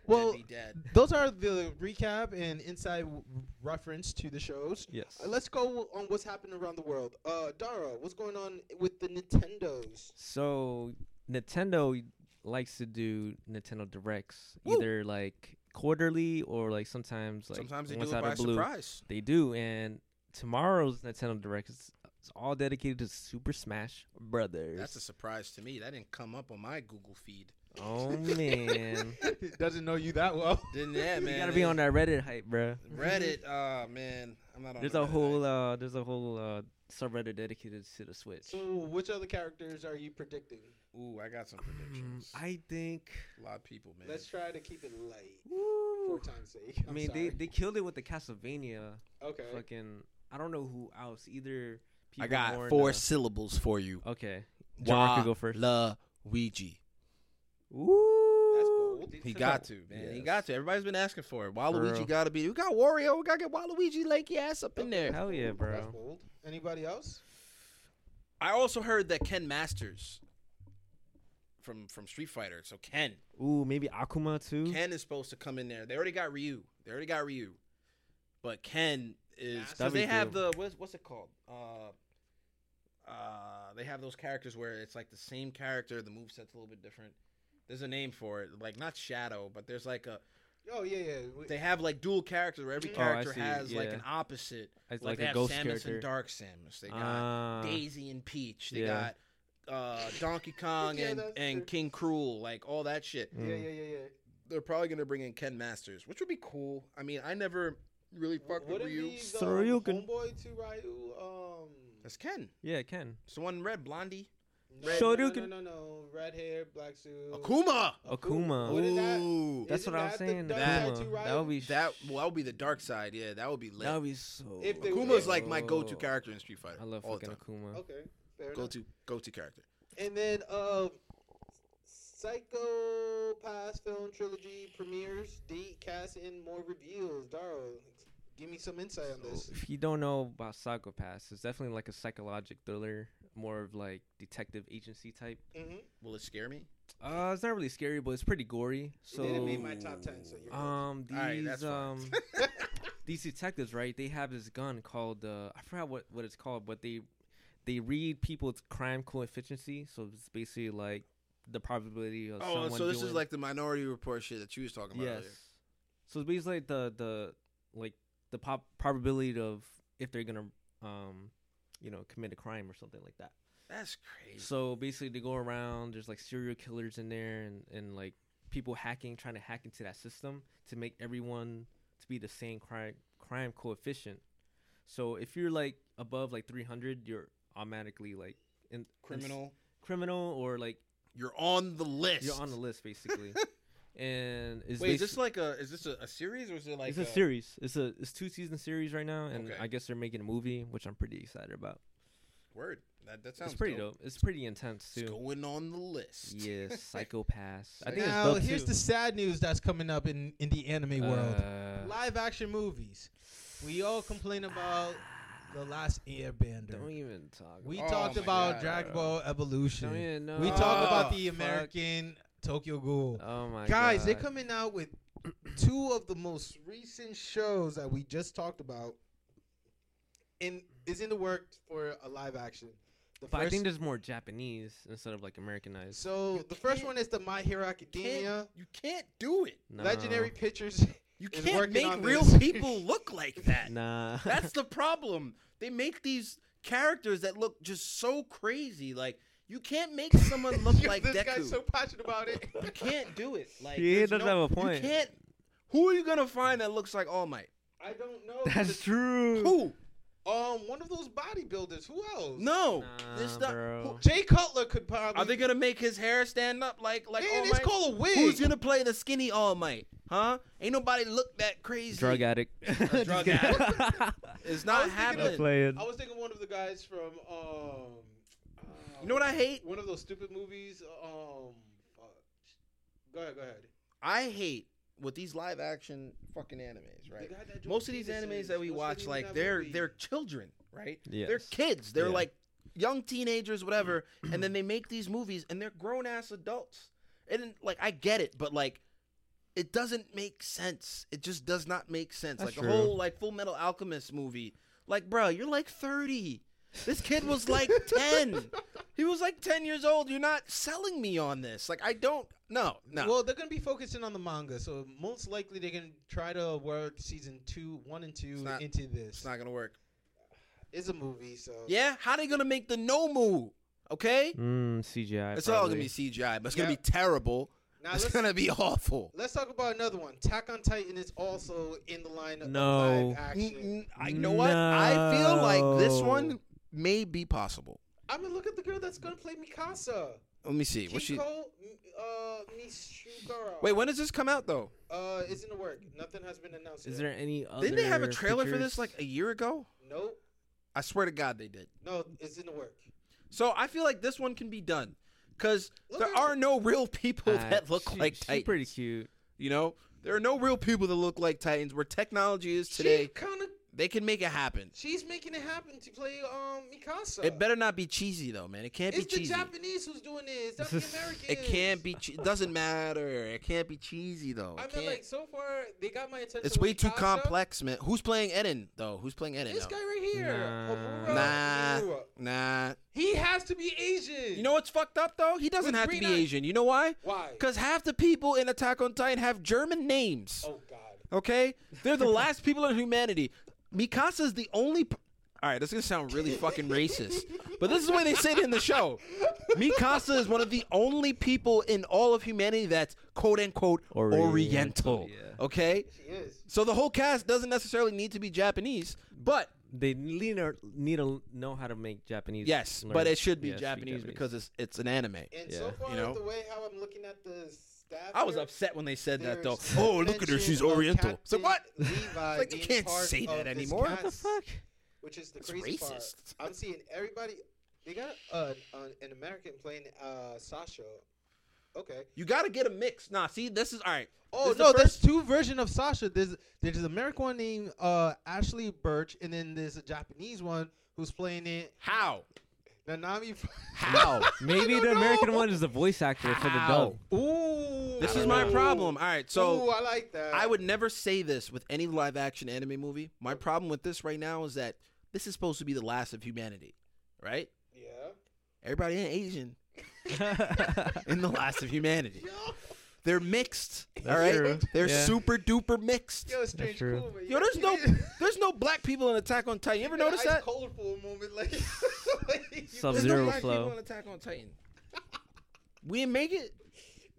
well, Well, be dead. those are the recap and inside w- reference to the shows. yes. Uh, Let's go on what's happening around the world. Uh, Dara, what's going on with the Nintendos? So Nintendo likes to do Nintendo Directs, Woo. either like quarterly or like sometimes like Sometimes they do once it out by of blue. surprise. They do, and tomorrow's Nintendo Direct is it's all dedicated to Super Smash Brothers. That's a surprise to me. That didn't come up on my Google feed. oh man, Doesn't know you that well. Didn't that, man? you gotta be on that Reddit hype, bruh. Reddit. Oh man, I'm not on. There's the a Reddit. whole uh, there's a whole uh, subreddit dedicated to the Switch. So, Mm, which other characters are you predicting? Ooh, I got some Mm, predictions. I think. a lot of people, man. Let's try to keep it light for Woo. time's sake. I mean, they, they killed it with the Castlevania they okay. fucking I don't know who else either. I people more got in four the- syllables for you. okay, John could go first. Luigi. That's Ooh, bold. He got to, man. He Yes. got to. Everybody's been asking for it. For Waluigi real. got to be. We got Wario. We got to get Waluigi lanky ass up in there. hell yeah, That's bro. bold. Anybody else? I also heard that Ken Masters from from Street Fighter. So Ken, Ooh, maybe Akuma too. Ken is supposed to come in there. They already got Ryu. They already got Ryu, but Ken is Masters? because That'd be they have cool. the what's what's it called? Uh, uh, they have those characters where it's like the same character. The moveset's a little bit different. There's a name for it, like not Shadow, but there's like a Oh yeah, yeah. We- They have like dual characters where every Oh, I character see, has like yeah. an opposite. It's Like, like, they a have ghost Samus character. and Dark Samus. They got Ah, Daisy and Peach. They yeah. got uh, Donkey Kong Yeah, and, that's true. and King Cruel. Like all that shit. yeah, Mm. yeah, yeah, yeah. They're probably gonna bring in Ken Masters, which would be cool. I mean, I never really fucked What with if Ryu. he's um, Saryugan. homeboy to Ryu? Um, That's Ken. yeah, Ken. It's the one in red, Blondie. red, no, no, Shoryuken. no, no, no, red hair, black Uh, suit. Akuma. Akuma. What is that? Ooh. That's Isn't what I was that the saying. dark side Akuma. to Ryu? That would be That well, that would be the dark side. Yeah, that would be lit. That would be so. If they- Akuma's like my go-to Oh. character in Street Fighter. I love all the fucking time. Akuma. Okay, fair enough. Go-to, go-to character. And then uh, Psycho Pass film trilogy premieres, date, cast, and more reveals. Darl, give me some insight on So, this. if you don't know about Psychopaths, it's definitely like a psychological thriller, more of like detective agency type. Mm-hmm. Will it scare me? Uh, it's not really scary, but it's pretty gory. So, it didn't make my top ten, so you're good. um, these Alright, that's fine. um, these detectives, right? They have this gun called uh, I forgot what what it's called, but they they read people's crime coefficiency. So it's basically like the probability of Oh, someone so this is doing- like the Minority Report shit that you was talking about yes. earlier. So it's basically like the the like the pop probability of if they're gonna um you know commit a crime or something like that. That's crazy. So basically, they go around. There's like serial killers in there, and and like people hacking, trying to hack into that system to make everyone to be the same crime crime coefficient. So if you're like above like 300, you're automatically like in, in- Criminal. criminal, or like You're on the list. you're on the list basically. and it's Wait, is basi- this like a is this a, a series or is it like it's a, series. It's a it's two season series right now, and Okay. I guess they're making a movie, which I'm pretty excited about. Word. That that sounds it's pretty dope. dope. It's pretty intense It's too. going on the list. Yes, psychopaths. I think Now it's dope here's too. the sad news that's coming up in in the anime world: Uh, live action movies. We all complain about the Last Don't Airbender. even talk. We about Oh talked my about God. Dragon Ball it. Evolution. Don't even know. We talk Oh, about the fuck. American Tokyo Ghoul. Oh my Guys, God. they're coming out with two of the most recent shows that we just talked about, and is in the works for a live action. The But I think first, there's more Japanese instead of like Americanized. so You the first can't- one is the My Hero You can't, Academia. you can't do it. No. Legendary Pictures. You It's can't working make on real this. people look like that. Nah. That's the problem. They make these characters that look just so crazy. Like you can't make someone look Yo, like this Deku. guy's so passionate about it. You can't do it. Like He there's doesn't no- have a point. You can't. Who are you gonna find that looks like All Might? I don't know. That's true. Who? Um, one of those bodybuilders. Who else? No. Nah, There's not- bro. who- Jay Cutler could probably. Are they gonna make his hair stand up like like Man, All it's Might? called a wig. Who's gonna play the skinny All Might? Huh? Ain't nobody look that crazy. Drug addict. A drug addict. It's I not was thinking of- happening. playing. I was thinking one of the guys from um. uh, You know what I hate? One of those stupid movies. Um. fuck. Go ahead. Go ahead. I hate with these live action fucking animes, right? The guy that drew Most of these Pegasus, animes that we what's the watch, name of like that they're movie? they're children, right? Yes. They're kids. They're Yeah. like young teenagers, whatever. and then they make these movies, and they're grown ass adults. And like I get it, but like it doesn't make sense. It just does not make sense. That's like true. the whole like Full Metal Alchemist movie. Like, bro, you're like thirty. This kid was like ten. He was like ten years old. You're not selling me on this. Like I don't. No, no. Well, they're gonna be focusing on the manga, so most likely they're gonna try to work season two, one and two It's not- into this. it's not gonna work. It's a movie, so Yeah, how they gonna make the Nomu? Okay, Mm, CGI. it's all gonna probably. be CGI, but it's gonna Yep. be terrible. Now it's let's, gonna be awful. let's talk about another one. Attack on Titan is also in the line of No. live action. Mm, mm, I know what I feel like this No. one may be possible. I mean, look at the girl that's gonna play Mikasa. Let me see. Kiko, What she? M- uh, Mishugara. Wait, when does this come out though? Uh, it's in the work. Nothing has been announced. Is yet. there any other? Didn't they have a trailer for this like features? a year ago? Nope. I swear to God, they did. No, it's in the work. So I feel like this one can be done because Look there at are no real people Uh, that look she- like she Titans. pretty cute. You know, there are no real people that look like Titans. Where technology is She today, kind of They can make it happen. She's making it happen to play um Mikasa. It better not be cheesy though, man. It can't It's be the cheesy. Japanese who's doing this, not the Americans. It can't be. Che- it doesn't matter. It can't be cheesy though. It I mean, can't- like so far they got my attention. it's way with too Mikasa. complex, man. Who's playing Eden though? Who's playing Eden? This guy right here, Nah. Homura Nah, Nomura. nah. he has to be Asian. You know what's fucked up though? He doesn't With have to green be eyes. Asian. You know why? why? Because half the people in Attack on Titan have German names. Oh God, Okay, they're the last people in humanity. Mikasa's the only. p- All right, this is gonna sound really fucking racist, but this is the way they say it in the show. Mikasa is one of the only people in all of humanity that's quote unquote Oriental, Oriental. yeah. Okay, she is. so the whole cast doesn't necessarily need to be Japanese, but They need to, need to know how to make Japanese. yes, learn- but it should be yeah, speak Japanese, because it's it's an anime. And Yeah. so far, You know? the way how I'm looking at the staff, I was here, upset when they said that though. there's Oh, look at her, she's mention of Oriental. So Captain what? Levi Like, you being can't part say of that this anymore. What What the cast, fuck? Which is the That's crazy part. racist. I'm seeing everybody. They got uh, an, an American playing uh, Sasha. Okay. You got to get a mix. Nah, see, this is all right. Oh This is the no, there's first- two versions of Sasha. There's there's an American one named uh, Ashley Birch, and then there's a Japanese one who's playing it How? Nanami. from- How? Maybe don't the know. American one is the voice actor for the How? dub. Ooh, This I is don't my know. problem. All right, so Ooh, uh, I like that. I would never say this with any live action anime movie. My problem with this right now is that this is supposed to be the last of humanity, right? Yeah. Everybody ain't Asian in the last of humanity. They're mixed, all right? true. They're Yeah. super duper mixed. Yo, strange true. cool, man. Yo, there's no there's no black people in Attack on Titan. You ever notice that? Cold for a moment, like. Sub There's no Zero black people Flow. in Attack on Titan. We didn't make it.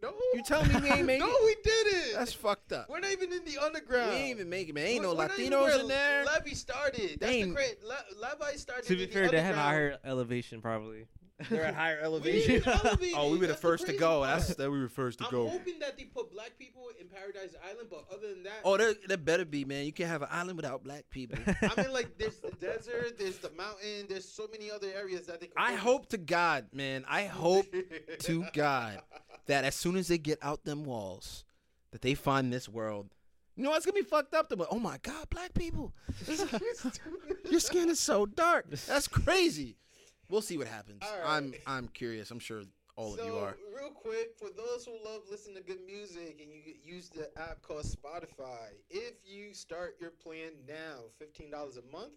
no. You tell me we ain't make No, it. we didn't. That's fucked up. We're not even in the We underground. didn't even make it, man. Ain't We're- no we're not even where Latinos in there. Levi started. That's Ain't- the great. Le- Levi started. to be in the fair, they had a underground. higher elevation probably. They're at higher We didn't elevation. even elevate Oh, we it. were the That's first to crazy go. part. That's that we were first to I'm go. hoping that they put black people in Paradise Island, but other than that, Oh, there, there better be, man. You can't have an island without black people. I mean, like there's the desert, there's the mountain, there's so many other areas that they. Could I focus. hope to God, man. I hope to God that as soon as they get out them walls, that they find this world. You know, it's gonna be fucked up. though, But oh my God, black people, your skin is so dark. That's crazy. We'll see what happens. All right. I'm I'm curious. I'm sure all so, of you are. Real quick, for those who love listening to good music and you use the app called Spotify, if you start your plan now, $15 a month,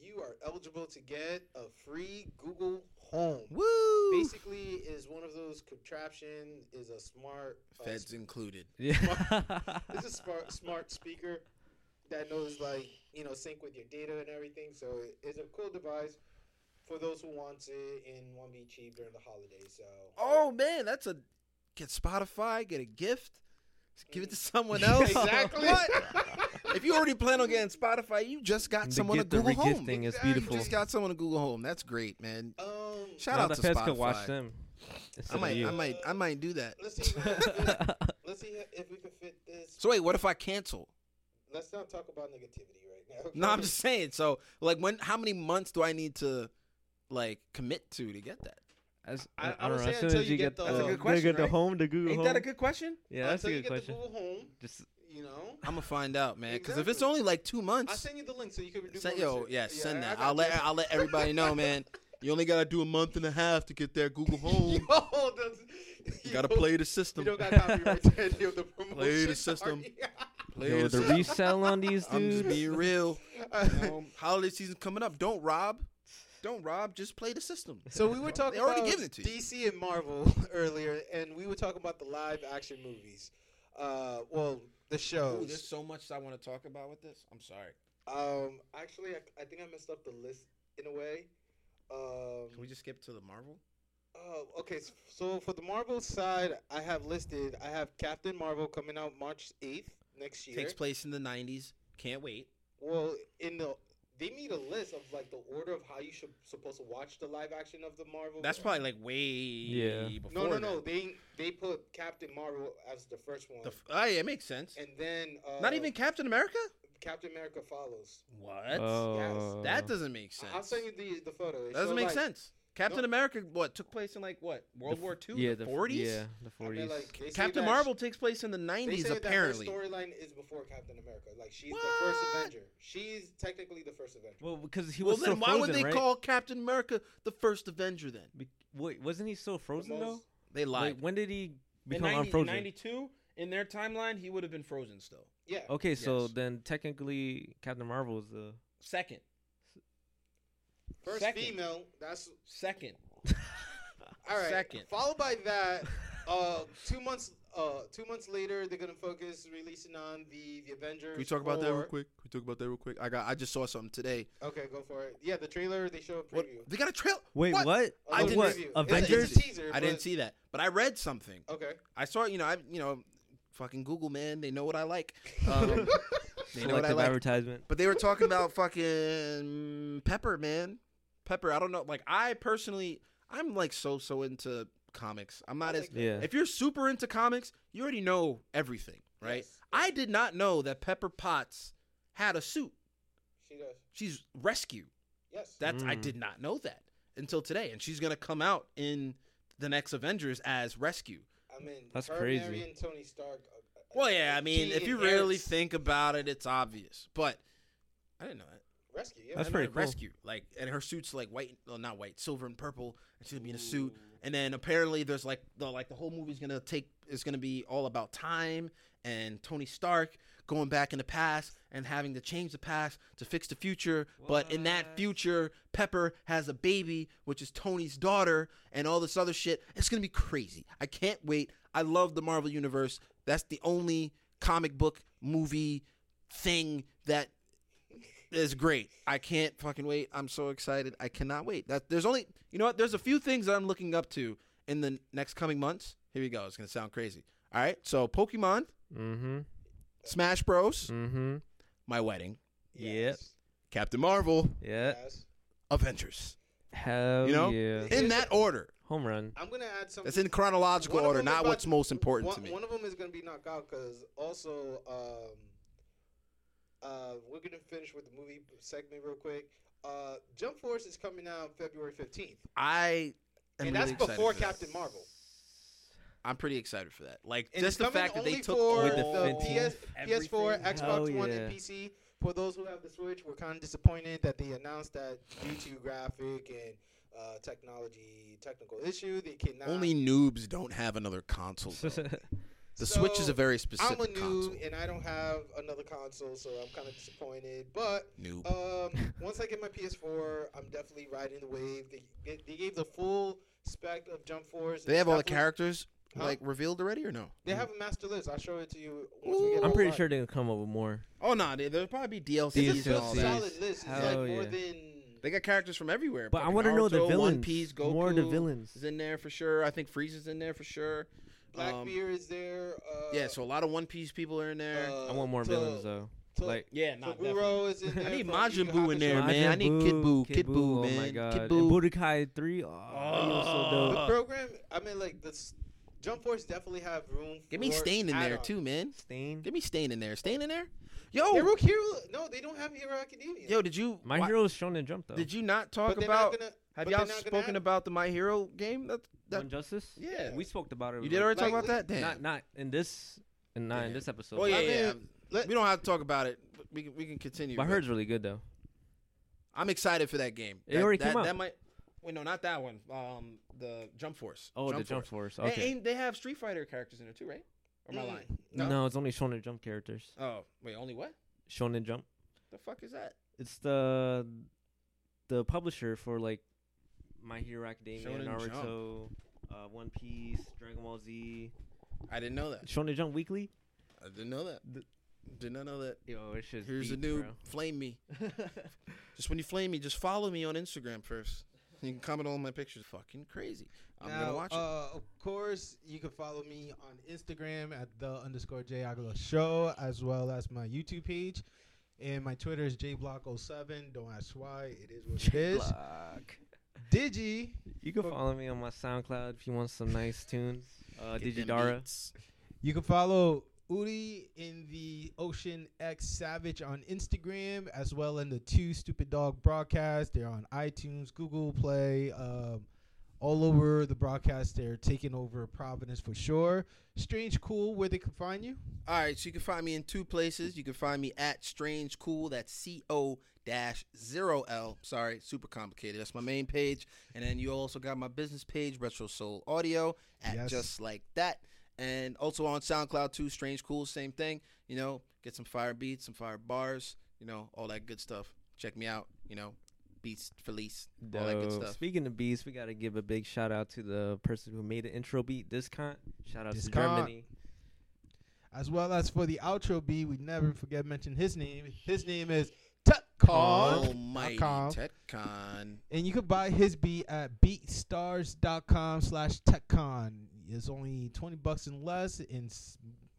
you are eligible to get a free Google Home. Woo! Basically, is one of those contraption is a smart uh, Feds included. Yeah. it's a smart smart speaker that knows like you know sync with your data and everything. So it- it's a cool device for those who want it and want to be cheap during the holidays. So Oh man, that's a get Spotify, get a gift, give it to someone else. exactly. What? if you already plan on getting Spotify, you just got The someone a gift- the Google Home. regifting is Exactly. You beautiful. just got someone a Google Home. That's great, man. um, Shout now out the to feds Spotify. could watch them. I instead of might, you. I might, I might do that. let's see. if we can fit- let's see if we can fit this. So wait, what if I cancel? Let's not talk about negativity right now. No, I'm okay? just saying. So like, when? How many months do I need to like commit to to get that? As- I, I- I I would don't know. say As soon until as you you get get the, the- That's a good the question, Google right? home, the Google home. good question? yeah, that's a Until you good get question. the Google Home, Just you know. I'm gonna find out, man. Because if it's Exactly. only like two months, I send you the link so you can do. Send, more yo, research. yeah, send I that. got I'll let you. I'll let everybody know, man. You only gotta do a month and a half to get that Google Yo, Home. that's- you gotta yo. play the You system. don't got copyright to any of the promotion. Play the system. sorry. Play yo, the the system. resell on these I'm just dudes. being real. Uh, You know, holiday season coming up. Don't rob. Don't rob. Just play the system. so we were talking They already about given it to you. DC and Marvel earlier, and we were talking about the live action movies. Uh, well, the Ooh, shows. there's so much I want to talk about with this. I'm sorry. um, actually, I, I think I messed up the list in a way. Um, Can we just skip to the Marvel? Oh, okay. s- So for the Marvel side, I have listed. I have Captain Marvel coming out March eighth next year. Takes place in the 90s. Can't wait. Well, in the they made a list of like the order of how you should supposed to watch the live action of the Marvel. That's probably like way Yeah. before. Oh, no, no, no. that. They they put Captain Marvel as the first one, The f- oh, yeah, it makes sense. and then uh, Not even Captain America. Captain America follows. What? Oh, that doesn't make sense. I- I'll send you the the photo. It That doesn't showed, make like, sense. Captain America, what took place in like what World f- War Two? yeah, the f- forties. Yeah, the mean, forties. like, they say Captain that- Marvel takes place in the They nineties, say apparently. that her storyline is before Captain America. Like she's the first What? Avenger. She's technically the first Avenger. well, because he well, was then still why frozen, would they right? call Captain America the first Avenger? Then Be- wait, wasn't he still frozen though? most- they Like, lied. when did he in become 90 in unfrozen? ninety-two, in their timeline, he would have been frozen still. Yeah. Okay, so Yes. then technically Captain Marvel is the Second, First Second. female. That's second. all right. Second. Followed by that, uh, two months. Uh, two months later, they're gonna focus releasing on the the Avengers. Can we talk about that real four. quick? Can we talk about that real quick? I got. I just saw something today. Okay, go for it. Yeah, the trailer they show a What? preview. They got a trail. Wait, what? A I little didn't- preview. It's a- Avengers? It's a teaser. I didn't but- see that, but I read something. Okay. I saw. You know. I. You know. Fucking Google, man. They know what I like. Um, they know what I Selective like. advertisement. But they were talking about fucking Pepper, man. Pepper. I don't know. Like I personally, I'm like so so into comics. I'm not I as. like that. Yeah. If you're super into comics, you already know everything, right? Yes. I did not know that Pepper Potts had a suit. She does. She's rescue. Yes. That's I Mm. did not know that until today, and she's gonna come out in the next Avengers as rescue. I mean, That's her crazy. Mary and Tony Stark. uh, uh, Well, yeah, I she mean, if you really inherits think about it, it's obvious. But I didn't know that. rescue, yeah. I That's didn't know pretty that cool. Rescue, like, and her suit's like white, well, not white, silver and purple, and she'll be in a suit. And then apparently, there's like the like the whole movie's gonna take is gonna be all about time and Tony Stark going back in the past and having to change the past to fix the future. But in that What? future, Pepper has a baby, which is Tony's daughter, and all this other shit. It's gonna be crazy. I can't wait. I love the Marvel universe. That's the only comic book movie thing that is great. I can't fucking wait. I'm so excited. I cannot wait. That there's only you know what? There's a few things that I'm looking up to in the next coming months. Here we go. It's gonna sound crazy. All right. So Pokemon, Mm-hmm. Smash Bros, Mm-hmm. my wedding, Yep. Yes. Captain Marvel, Yeah. Yes. Avengers. Hell You know? yeah. In that order. Home run. I'm gonna add something. That's in chronological One of order, them not about- what's most important one, to me. One of them is gonna be knocked out because also um, uh, we're gonna finish with the movie segment real quick. Uh, Jump Force is coming out February 15th, I am and really that's excited before for that. Captain Marvel. I'm pretty excited for that. Like And just it's the coming fact that they only took for With all the the 15th? PS, PS4, everything. Xbox Hell One, and yeah. PC. For those who have the Switch, we're kind of disappointed that they announced that due to graphic and uh, technology technical issue, they cannot. Only noobs don't have another console. though. The Switch is So, a very I'm specific a noob console. and I don't have another console, so I'm kind of disappointed. But Noob. um, once I get my PS4, I'm definitely riding the wave. They, they, they gave the full spec of Jump Force. They have all the Definitely- characters Huh? like revealed already or no? They have a master list. I'll show it to you. Once we get I'm pretty online. sure they're gonna come up with more. Oh no, nah, there'll probably be It's DLCs a and good all DLCs. that. solid list. It's Hell like yeah. more than They got characters from everywhere. But I want to know the villains. One Piece, Goku, More of the villains. is in there for sure. I think Frieza's in there for sure. Um, Blackbeard is there. Uh, yeah, so a lot of One Piece people are in there. uh, I want more to- villains though. to- Like yeah, So nah, definitely. Guro is in I there. I need from Majin Yu Buu in Hakusho. there, man. I Majin need Kid Buu, Kid Buu, Oh my man, god. Kid And Boo. Budokai Three. Oh, Oh. oh. The Uh, program, I mean, like this, Jump Force definitely have room. Get me for Stain in there add-ons. too, man. Stain. Get me Stain in there. Stain in there. Yo, Hero Hero, no, they don't have Hero Academia. yo, did you My why- hero is Shonen Jump though. Did you not but talk they're about? not gonna, have but they're y'all not gonna spoken add- about the My Hero game? That that One Justice? yeah. We spoke about it. You did like, already talk like, about that? Damn. Not not in this and not in Damn. this episode. Oh yeah, I yeah, yeah. mean, let- we don't have to talk about it. but We can, we can continue. My but herd's really good though. I'm excited for that game. It that, already that, came out. That might. Wait, no, not that one. Um, the Jump Force. Oh, the Jump Force. Force. Okay. And, and they have Street Fighter characters in there too, right? Or am I Mm, lying? no. it's only Shonen Jump characters. Oh, wait, only what? Shonen Jump. The fuck is that? It's the the publisher for like My Hero Academia, Shonen Naruto, uh, One Piece, Dragon Ball Z, I didn't know that. Shonen Jump Weekly. I didn't know that. Did not know that. Yo, it's just Here's a deep, new bro. flame me. Just when you flame me, just follow me on Instagram first. You can comment on all my pictures. Fucking crazy. I'm now, gonna watch it. Uh, of course, you can follow me on Instagram at the underscore J Agala Show, as well as my YouTube page. And my Twitter is jblock07. Don't ask why. It is what it is. Block. Digi. You can Fuck. follow me on my SoundCloud if you want some nice tunes. Uh, Get them Digidara. beats. You can follow Uri in the Ocean X Savage on Instagram, as well in the Two Stupid Dog broadcast. They're on iTunes, Google Play, um, all over the broadcast. They're taking over Providence for sure. Strange Cool, where they can find you. All right, so you can find me in two places. You can find me at Strange Cool. That's C O dash zero L. Sorry, super complicated. That's my main page, and then you also got my business page, Retro Soul Audio, at Yes. just like that, and also on SoundCloud too. Strange Cool, same thing. You know, get some fire beats, some fire bars. You know, all that good stuff. Check me out. You know, beats for lease, all that good Dope. stuff. Speaking of beats, we gotta give a big shout out to the person who made the intro beat. Discount. Shout out to Discount. Germany. As well as for the outro B, we never forget to mention his name. His name is Oh Tutcon. Almighty com. TechCon. And you can buy his beat at beatstars.com slash techcon. It's only 20 bucks and less in s-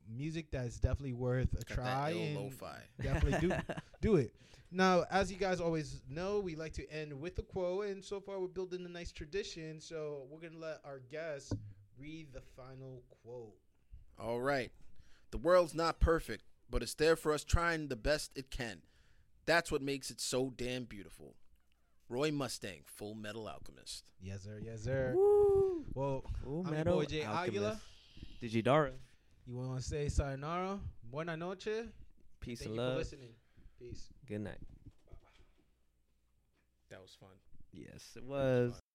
music that's definitely worth a Got try. that ill and lo-fi. Definitely do do it. Now, as you guys always know, we like to end with a quote, and so far we're building a nice tradition. So we're gonna let our guests read the final quote. All right. The world's not perfect, but it's there for us trying the best it can. That's what makes it so damn beautiful. Roy Mustang, Full Metal Alchemist. Yes, sir. Yes, sir. Woo. Well, Full I'm your Metal boy Jay Aguila. Alchemist. Digidara. you want to say sayonara, buena noche. Peace Thank and you for love. listening. Peace. Good night. That was fun. Yes, it was.